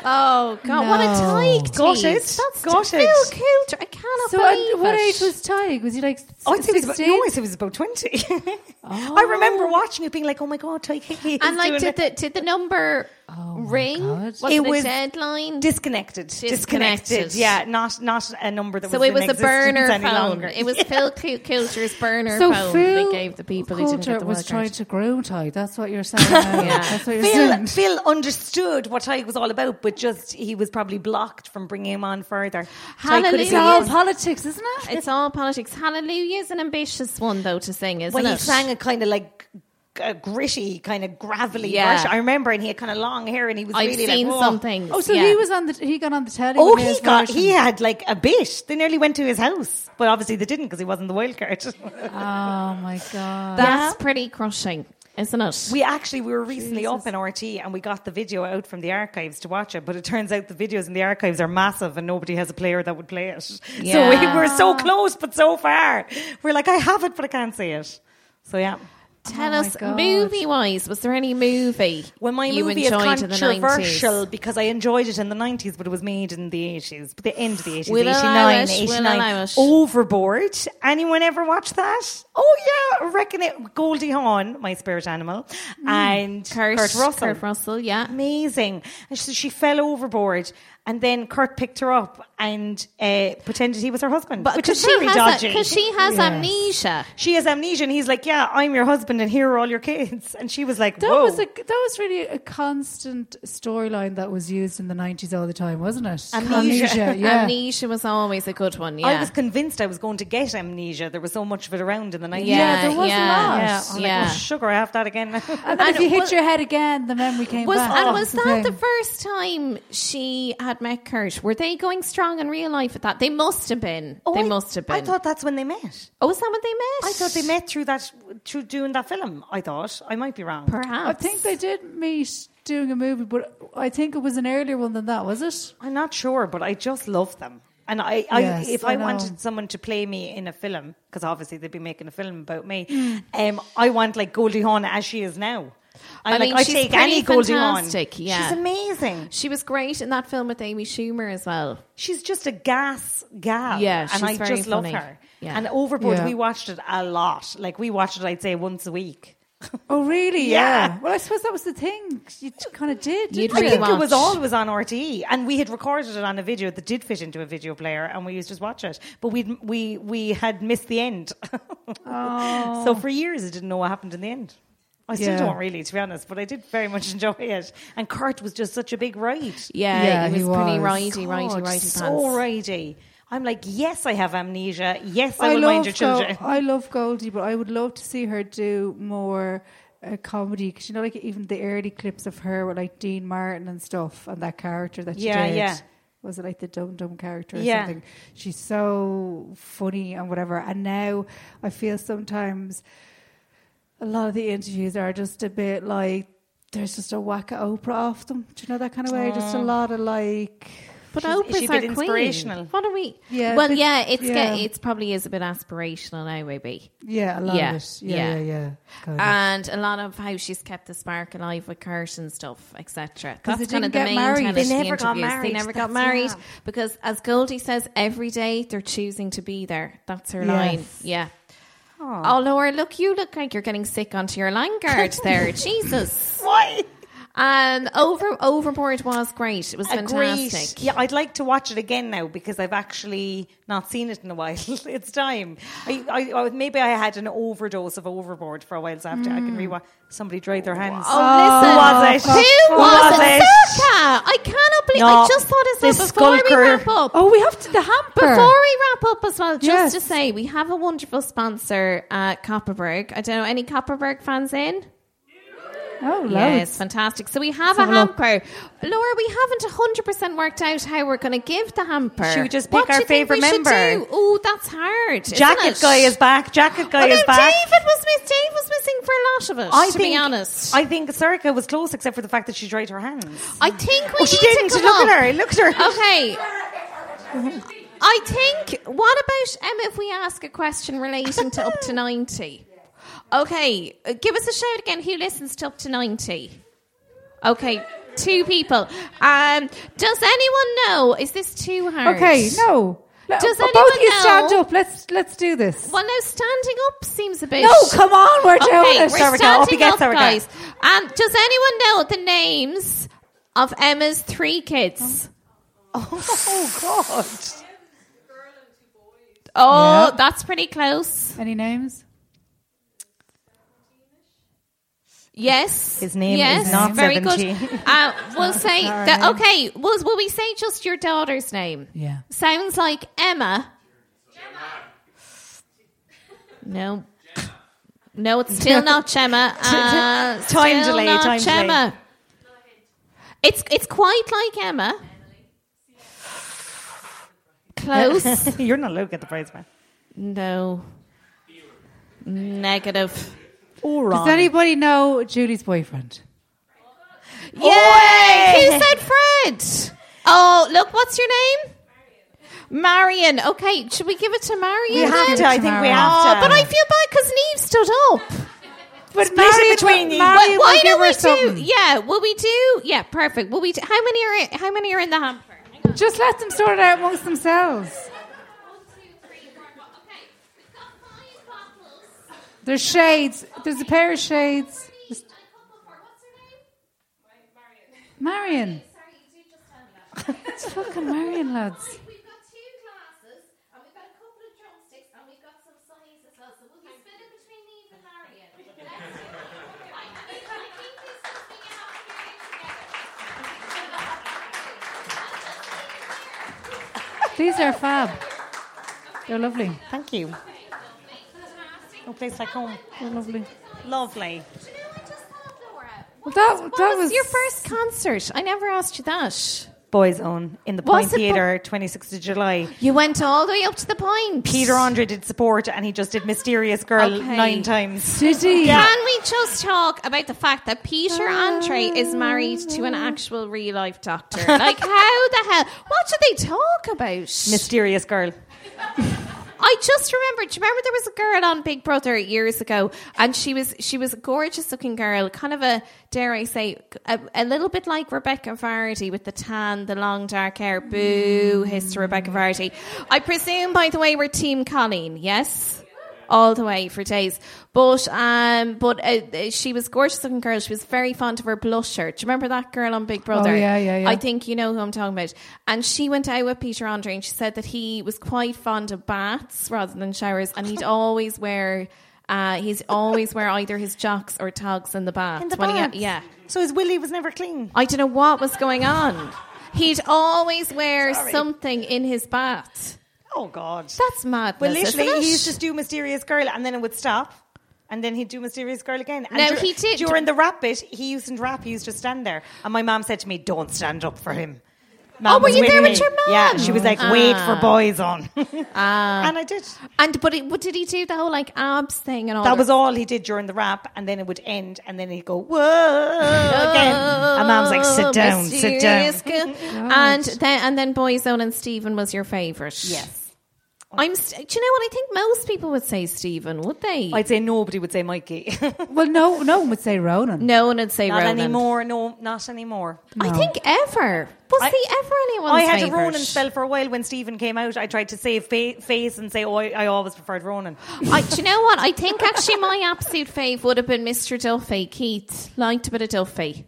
S2: Oh God, what a
S3: No.
S2: tyke!
S7: Got
S2: geez.
S7: it.
S2: That's
S7: Got
S2: Phil
S7: it.
S2: Coulter. I cannot
S3: So,
S2: believe
S3: at what
S2: it.
S3: age was Tig? Was he like s-
S7: Oh, I think it was about,
S3: 16?
S7: no, I said it was about twenty. <laughs> I remember watching it, being like, "Oh my god, Tyke!" he's
S2: and like,
S7: doing
S2: did the did the number ring?
S3: Oh God.
S2: Was it,
S7: It
S2: a
S7: was
S2: deadline?
S7: disconnected,
S2: Disconnected.
S7: Yeah, not not a number that
S2: so
S7: was
S2: it was
S7: in
S2: a
S7: existence
S2: burner phone.
S7: any longer.
S2: It
S7: <laughs>
S2: was Phil Cou- Coulter's burner
S3: So
S2: phone.
S3: Phil
S2: they gave the people who didn't
S3: Coulter
S2: get the
S3: was
S2: wild
S3: trying
S2: card.
S3: to grow Tig. That's what you're saying. now.
S2: Yeah.
S3: That's what you're saying.
S7: Phil, Phil understood what Tyke was all about, but just he was probably blocked from bringing him on further. Tyke could have
S3: It's
S7: been-
S2: Hallelujah.
S3: all politics, isn't it?
S2: It's all politics. Hallelujah is an ambitious one, though, to sing, isn't
S7: Well,
S2: it?
S7: he sang a kind of like g- a gritty, kind of gravelly
S2: Yeah.
S7: version. I remember, and he had kind of long hair, and he was
S2: I've
S7: really
S2: seen
S7: like, "Whoa."
S2: some things.
S3: Oh, so
S2: yeah.
S3: he was on the he got on the telly.
S7: Oh,
S3: with his
S7: he got
S3: version.
S7: he had like a bit. They nearly went to his house, but obviously they didn't because he wasn't the
S2: <laughs>
S7: wild card.
S3: Oh my god.
S2: That's pretty crushing, isn't it?
S7: we actually we were recently up in RT and we got the video out from the archives to watch it, but it turns out the videos in the archives are massive and nobody has a player that would play it. So we
S2: Yeah.
S7: were so close but so far. We're like, I have it, but I can't see it. So yeah.
S2: Tell
S3: Oh my
S2: us,
S3: God.
S2: movie wise, was there any movie
S7: Well, my
S2: you
S7: movie is
S2: enjoyed in the
S7: controversial
S2: 90s?
S7: because I enjoyed it in the 90s, but it was made in the 80s, but the end of the 80s,
S2: We'll allow
S7: 89,
S2: it,
S7: 89.
S2: we'll allow it.
S7: Overboard. Anyone ever watch that? Oh, yeah, I reckon it. Goldie Hawn, my spirit animal, and
S2: Mm. Kurt,
S7: Kurt, Russell.
S2: Kurt Russell, yeah.
S7: Amazing. And so she fell overboard, and then Kurt picked her up and uh, pretended he was her husband,
S2: But
S7: which
S2: because
S7: is
S2: she
S7: very
S2: has,
S7: dodgy.
S2: that- 'cause she has amnesia.
S7: She has amnesia, and he's like, "Yeah, I'm your husband, and here are all your kids." And she was like,
S3: That
S7: "Whoa."
S3: was a that was really a constant storyline that was used in the nineties all the time, wasn't it?
S7: Amnesia.
S3: yeah.
S2: Amnesia was always a good one, yeah.
S7: I was convinced I was going to get amnesia. There was so much of it around in the 90s.
S2: yeah,
S3: there was a lot.
S7: Yeah,
S2: Yeah,
S7: I'm
S2: yeah.
S7: like, oh, sugar, I have that again. <laughs>
S3: And then if
S2: And
S3: you hit
S2: was-
S3: your head again, the memory came
S2: was,
S3: back.
S2: and
S3: Oh,
S2: was
S3: the
S2: that the
S3: thing.
S2: first time she had met Kurt? Were they going strong in real life at that? They must have been.
S7: Oh,
S2: they
S7: I-
S2: must have been.
S7: I thought that's when they met.
S2: oh, is that when they met?
S7: I thought they met through that, through doing that film. I thought. I might be wrong.
S3: I
S2: Perhaps.
S3: think they did meet doing a movie, but I think it was an earlier one than that, was it?
S7: I'm not sure, but I just love them. And I, I
S3: Yes,
S7: if
S3: I
S7: I,
S3: know.
S7: wanted someone to play me in a film, because obviously they'd be making a film about me,
S2: Hmm.
S7: um, I want like Goldie Hawn as she is now. I'm
S2: I
S7: like,
S2: mean,
S7: I
S2: she's
S7: take
S2: pretty
S7: any Goldie Hawn.
S2: fantastic, yeah.
S7: She's amazing.
S2: She was great in that film with Amy Schumer as well.
S7: She's just a gas gal.
S2: Yeah,
S7: and
S2: she's
S7: I
S2: very
S7: just love
S2: funny.
S7: her.
S2: Yeah.
S7: And Overboard,
S3: Yeah.
S7: we watched it a lot. Like we watched it, I'd say once a week.
S3: Oh, really?
S7: Yeah.
S3: Well, I suppose that was the thing. You kind of did.
S2: You'd
S3: didn't
S7: I
S2: really
S3: you?
S7: think it was
S2: much.
S7: always on RTE, and we had recorded it on a video that did fit into a video player, and we used to just watch it. But we we we had missed the end, <laughs> so
S2: Oh.
S7: for years I didn't know what happened in the end. I still
S3: Yeah.
S7: don't really, to be honest, but I did very much <laughs> enjoy it. And Kurt was just such a big ride.
S2: Yeah,
S3: Yeah,
S2: it was
S3: he
S2: pretty
S3: was.
S2: ridey, ridey,
S7: God,
S2: ridey pants.
S7: Oh, so ridey. I'm like, yes, I have amnesia. Yes, I,
S3: I
S7: will
S3: love
S7: mind your
S3: Gol-
S7: children.
S3: I love Goldie, but I would love to see her do more uh, comedy because you know, like even the early clips of her with like Dean Martin and stuff, and that character that she
S7: Yeah,
S3: did.
S7: yeah.
S3: Was it like the dumb dumb character or
S7: Yeah.
S3: something? She's so funny and whatever. And now I feel sometimes a lot of the interviews are just a bit like there's just a whack of Oprah off them. Do you know that kind of way? Just a lot of like.
S2: But
S7: She's-
S2: Oprah's
S7: she's a
S2: our
S7: bit
S2: queen.
S7: inspirational.
S2: What are we?
S3: Yeah,
S2: well,
S3: but-
S2: yeah, it's
S3: yeah.
S2: Get, it's probably is a bit aspirational now, maybe,
S3: Yeah, a lot
S2: Yeah,
S3: of it. Yeah,
S2: yeah.
S3: yeah, yeah. Kind of.
S2: and a lot of how she's kept the spark alive with Kurt and stuff, etc.
S3: they
S2: That's kind
S3: didn't
S2: of the
S3: get
S2: main
S3: married.
S2: tenet
S3: They
S2: of the
S7: never got
S2: interviews. They
S7: married.
S2: never got
S7: That's-
S2: married
S7: yeah.
S2: because, as Goldie says, every day they're choosing to be there. That's her
S3: Yes.
S2: line. Yeah. Oh, Laura, look, you look like you're getting sick onto your line guard there. Jesus.
S7: Why?
S2: Um, over overboard was great. It was
S7: Agreed.
S2: fantastic.
S7: Yeah, I'd like to watch it again now because I've actually not seen it in a while. <laughs> it's time. I, I, I, maybe I had an overdose of Overboard for a while, so I have to, I can rewatch. Somebody dried their hands.
S2: Mm. Oh, listen.
S7: was it?
S2: Who was,
S7: Was
S2: it?
S7: it?
S2: Circa! I cannot believe I
S7: No.
S2: just thought his
S7: this
S2: before we
S7: skulker.
S2: wrap up.
S3: Oh, we have to the hamper.
S2: Before we wrap up as well, just
S3: Yes.
S2: to say we have a wonderful sponsor at Copperberg. I don't know any Copperberg fans in.
S3: oh, loads.
S2: Yes, fantastic. So we have
S3: have
S2: a
S3: a look.
S2: hamper, Laura. We haven't hundred percent worked out how we're going to give the hamper.
S7: Should we just
S2: What
S7: pick our
S2: do you think we
S7: favourite
S2: should
S7: member?
S2: do? Oh, that's hard. isn't
S7: Jacket
S2: it?
S7: guy is back. Jacket guy
S2: Although
S7: is back.
S2: David was miss. Dave was missing for a lot of it.
S7: I
S2: to
S7: think,
S2: be honest, I,
S7: I think Surika was close, except for the fact that she dried her hands.
S2: think we
S7: Oh,
S2: need
S7: she didn't.
S2: to come
S7: Look
S2: up-
S7: at her. Look at her.
S2: Okay. I think. What about um, if we ask a question relating to up to ninety? Okay, uh, give us a shout again. Who listens to up to ninety? Okay, two people. Um, does anyone know? Is this too hard?
S3: Okay, no. Let-
S2: Does
S3: both
S2: anyone
S3: of you stand
S2: know-
S3: up. Let's let's do this.
S2: Well, no, standing up seems a bit.
S3: No, come on, we're doing
S2: Okay,
S3: it.
S2: we're
S7: Sarah,
S2: standing
S7: go. Up you get,
S2: up,
S7: Sarah, go.
S2: guys. Um, does anyone know the names of Emma's three kids?
S7: Oh <laughs> God.
S2: Oh,
S3: Yeah.
S2: that's pretty close.
S3: Any names?
S2: Yes,
S7: His name is
S2: yes,
S7: not
S2: very
S7: 17.
S2: good. Uh,
S7: <laughs>
S2: we'll say that. Okay, will will we say just your daughter's name?
S3: Yeah.
S2: Sounds like Emma. No. No,
S7: <laughs>
S2: it's still not Gemma. Uh,
S7: Time
S2: still
S7: delay,
S2: not
S7: time delay.
S2: Gemma. It's it's quite like Emma.
S7: <laughs>
S2: Close.
S7: You're not looking at the prize man.
S2: no. Negative.
S7: All
S3: Does anybody know Julie's boyfriend?
S2: Yay! Who said Fred? Oh, look, what's your name? Marion. Okay, should we give it to Marion?
S7: We have
S2: then?
S7: to. I think
S3: Tomorrow.
S7: we have
S2: Oh,
S7: to.
S2: but I feel bad because Neve stood up.
S3: But
S7: Split it between you.
S3: Marion
S2: Why,
S3: will
S2: why
S3: give
S2: don't
S3: her
S2: we
S3: something.
S2: do? Yeah, will we do? Yeah, perfect. Will we? Do, how many are? How many are in the hamper?
S3: Just let them sort it out amongst themselves. There's shades. There's a pair of shades. Just- Marion. It's <laughs> fucking Marion, lads.
S2: <laughs>
S3: These are fab. They're lovely.
S7: Thank you. No Oh, place like home.
S3: They're lovely.
S7: Lovely.
S3: Well, that,
S2: What
S3: that
S2: was, your first concert? I never asked you that.
S7: Boys Own in the
S2: Was
S7: Point
S2: it bu-
S7: Theatre, 26th of July.
S2: You went all the way up to the point.
S7: Peter Andre did support and he just did Mysterious Girl
S2: Okay.
S7: nine times.
S3: Did he?
S2: Can we just talk about the fact that Peter Andre is married to an actual real life doctor? Like, how the hell? What do they talk about?
S7: Mysterious Girl.
S2: I just remembered. Do you remember there was a girl on Big Brother years ago, and she was she was a gorgeous looking girl, kind of a dare I say a, a little bit like Rebecca Vardy with the tan, the long dark hair. Boo,
S3: Mm.
S2: hiss to Rebecca Vardy. I presume, by the way, we're Team Colleen. Yes. All the way for days, but um, but uh, she was gorgeous looking girl. She was very fond of her blusher. Do you remember that girl on Big Brother?
S3: Oh, yeah, yeah, yeah.
S2: I think you know who I'm talking about. And she went out with Peter Andre and she said that he was quite fond of baths rather than showers and
S7: <laughs>
S2: he'd always wear uh, he's always wear either his jocks or togs in the bath.
S7: In the
S2: when he-
S7: baths.
S2: yeah.
S7: So his willy was never clean.
S2: I don't know what was going on. He'd always wear something in his bath.
S7: Oh God.
S2: That's madness.
S7: Well,
S2: isn't
S7: literally,
S2: it?
S7: he used to do Mysterious Girl, and then it would stop, and then he'd do Mysterious Girl again. And
S2: No,
S7: dur-
S2: he did-
S7: During the rap bit, he used to rap. He used to stand there, and my mom said to me, "Don't stand up for him." Mom
S2: Oh, were
S7: was
S2: you there
S7: me.
S2: with your Ah. mom?
S7: Yeah, she was like, "Wait for boys on," <laughs>
S2: Ah.
S7: and I did.
S2: and but it, what did he do? The whole like abs thing and all
S7: That was all he did during the rap, and then it would end, and then he'd go, "Whoa!" again. And mom's like, "Sit down, sit down."
S2: Mysterious Oh, girl. and then and then Boyzone and Stephen was your favourite.
S7: Yes,
S2: I'm. St- do you know what I think? Most people would say Stephen, would they?
S7: I'd say nobody would say Mikey. <laughs>
S3: Well, no, no one would say Ronan.
S2: no one would say
S7: not
S2: Ronan
S7: anymore. No, not anymore.
S2: I think ever was
S7: I-
S2: he ever anyone's
S7: I had
S2: favourite?
S7: a Ronan spell for a while when Stephen came out. I tried to save fa- face and say, "Oh, I, I always preferred Ronan."
S2: I, do you know what? I think actually my absolute fave would have been Mr. Duffy. Keith liked a bit of Duffy.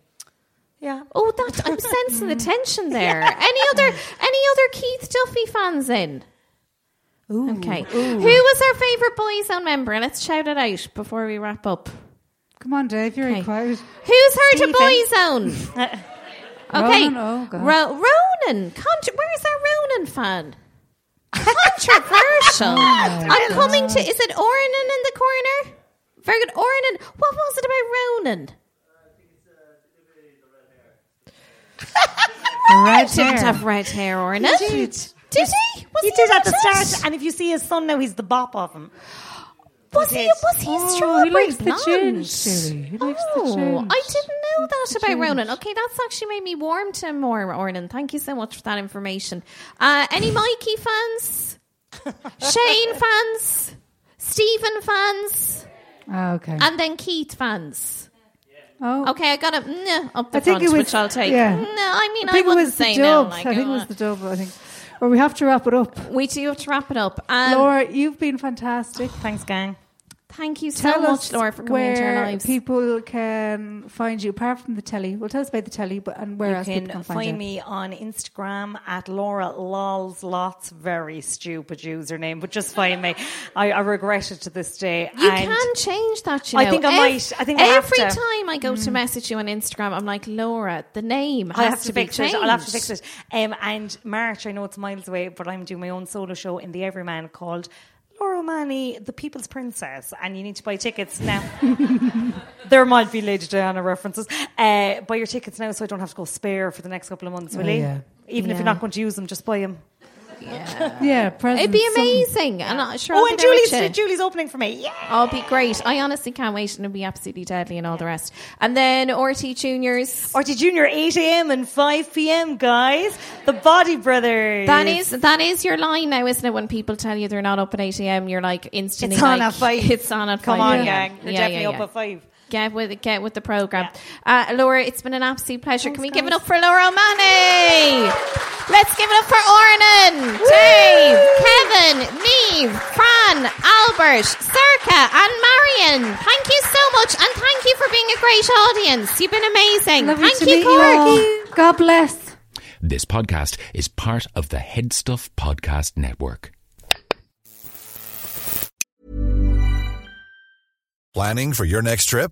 S7: Yeah.
S2: Oh, that I'm sensing the tension
S7: <laughs>
S2: there. Any other any other Keith Duffy fans in? Okay. Who was our favourite Boyzone member? Let's shout it out before we wrap up.
S3: Come on, Dave, you're
S2: Okay.
S3: quiet.
S2: Who's heard
S3: <laughs>
S7: Stephen.
S2: of Boyzone? Uh, Okay.
S3: Ronan, oh, God.
S2: Ro- Ronan. Contra- Where's our Ronan fan?
S3: <laughs> Oh,
S2: Controversial. I'm coming to. Is it Ornan in the corner? Very good. Ornan. What was it about Ronan? <laughs>
S3: Red
S2: Didn't
S3: hair.
S2: have red hair, Ornan.
S7: He did.
S2: Did he? Was
S7: He did at the
S2: red?
S7: start, and if you see his son now, he's the bop of him.
S2: Was he?
S7: He did.
S2: Was he
S3: Oh,
S2: strawberry
S3: he likes the
S2: blonde?
S3: change, Julie. He likes the
S2: Oh,
S3: change.
S2: I didn't know that about Ronan. Okay, that's actually made me warm to him more, Ornan. Thank you so much for that information. Uh,
S3: <laughs>
S2: any Mikey fans? Shane fans? Stephen fans?
S3: Oh, okay.
S2: And then Keith fans.
S3: Oh,
S2: Okay, I got a mm, up the
S3: I think
S2: front,
S3: it was-
S2: which I'll take.
S3: yeah.
S2: No, I mean,
S3: I
S2: I,
S3: think it
S2: wouldn't
S3: was the
S2: say no.
S3: dub.
S2: Like,
S3: I think it
S2: uh,
S3: was the dub. I think, or we have to wrap it up.
S2: we do have to wrap it up. Um,
S3: Laura, you've been fantastic.
S7: Thanks, gang.
S2: thank you so
S3: Tell
S2: much,
S3: us
S2: Laura, for coming
S3: where
S2: into our lives.
S3: people can find you, apart from the telly. Well, tell us about the telly, but and where
S7: You
S3: else
S7: can,
S3: people can find,
S7: find
S3: you.
S7: me on Instagram at Laura Lols. Lots very stupid username, but just find me. I, I regret it to this day.
S2: You
S7: and
S2: can change that. You
S7: I
S2: know.
S7: think I
S2: Ev-
S7: might. I think I'll have
S2: every
S7: to. Mm.
S2: time I go to message you on Instagram, I'm like Laura. The name has
S7: I'll have
S2: to,
S7: to
S2: be
S7: fix it.
S2: changed.
S7: I'll have to fix it. Um, and March, I know it's miles away, but I'm doing my own solo show in the Everyman called Laura Manny, the People's Princess, and you need to buy
S2: <laughs>
S7: tickets now. there might be Lady Diana references. Uh, buy your tickets now, so I don't have to go spare for the next couple of months, will
S3: Oh,
S7: you?
S3: yeah.
S7: Even if
S2: Yeah.
S7: you're not going to use them, just buy them.
S3: Yeah, presents,
S2: It'd be
S3: some-
S2: amazing, and I'm sure.
S7: Oh,
S2: I'll
S7: and
S2: be there with
S7: Julie's,
S2: you.
S7: Julie's opening for me. Yeah.
S2: I'll be great. I honestly can't wait, and it'll be absolutely deadly and all the rest. And then RT Juniors.
S7: RT Junior, 8 a.m. and 5 p.m., guys. The Body Brothers.
S2: That is that is your line now, isn't it? When people tell you they're not up at eight a.m., you're like instantly
S7: It's on
S2: like,
S7: at five.
S2: It's on at
S7: Come
S2: five.
S7: on,
S2: yeah.
S7: gang. You're
S2: Yeah,
S7: definitely
S2: yeah,
S7: up
S2: yeah.
S7: at 5.
S2: Get with get with the program, uh, Laura. It's been an absolute pleasure. Can we give it
S3: guys.
S2: up for Laura O'Mahony? Let's give it up for Ornan, Dave, Kevin, Neve, Fran, Albert, Circa, and Marion. Thank you so much, and thank you for being a great audience. You've been amazing.
S3: Lovely
S2: thank
S3: to
S2: you,
S3: meet
S2: Cork.
S3: you all. God bless.
S8: This podcast is part of the Headstuff Podcast Network.
S9: Planning for your next trip?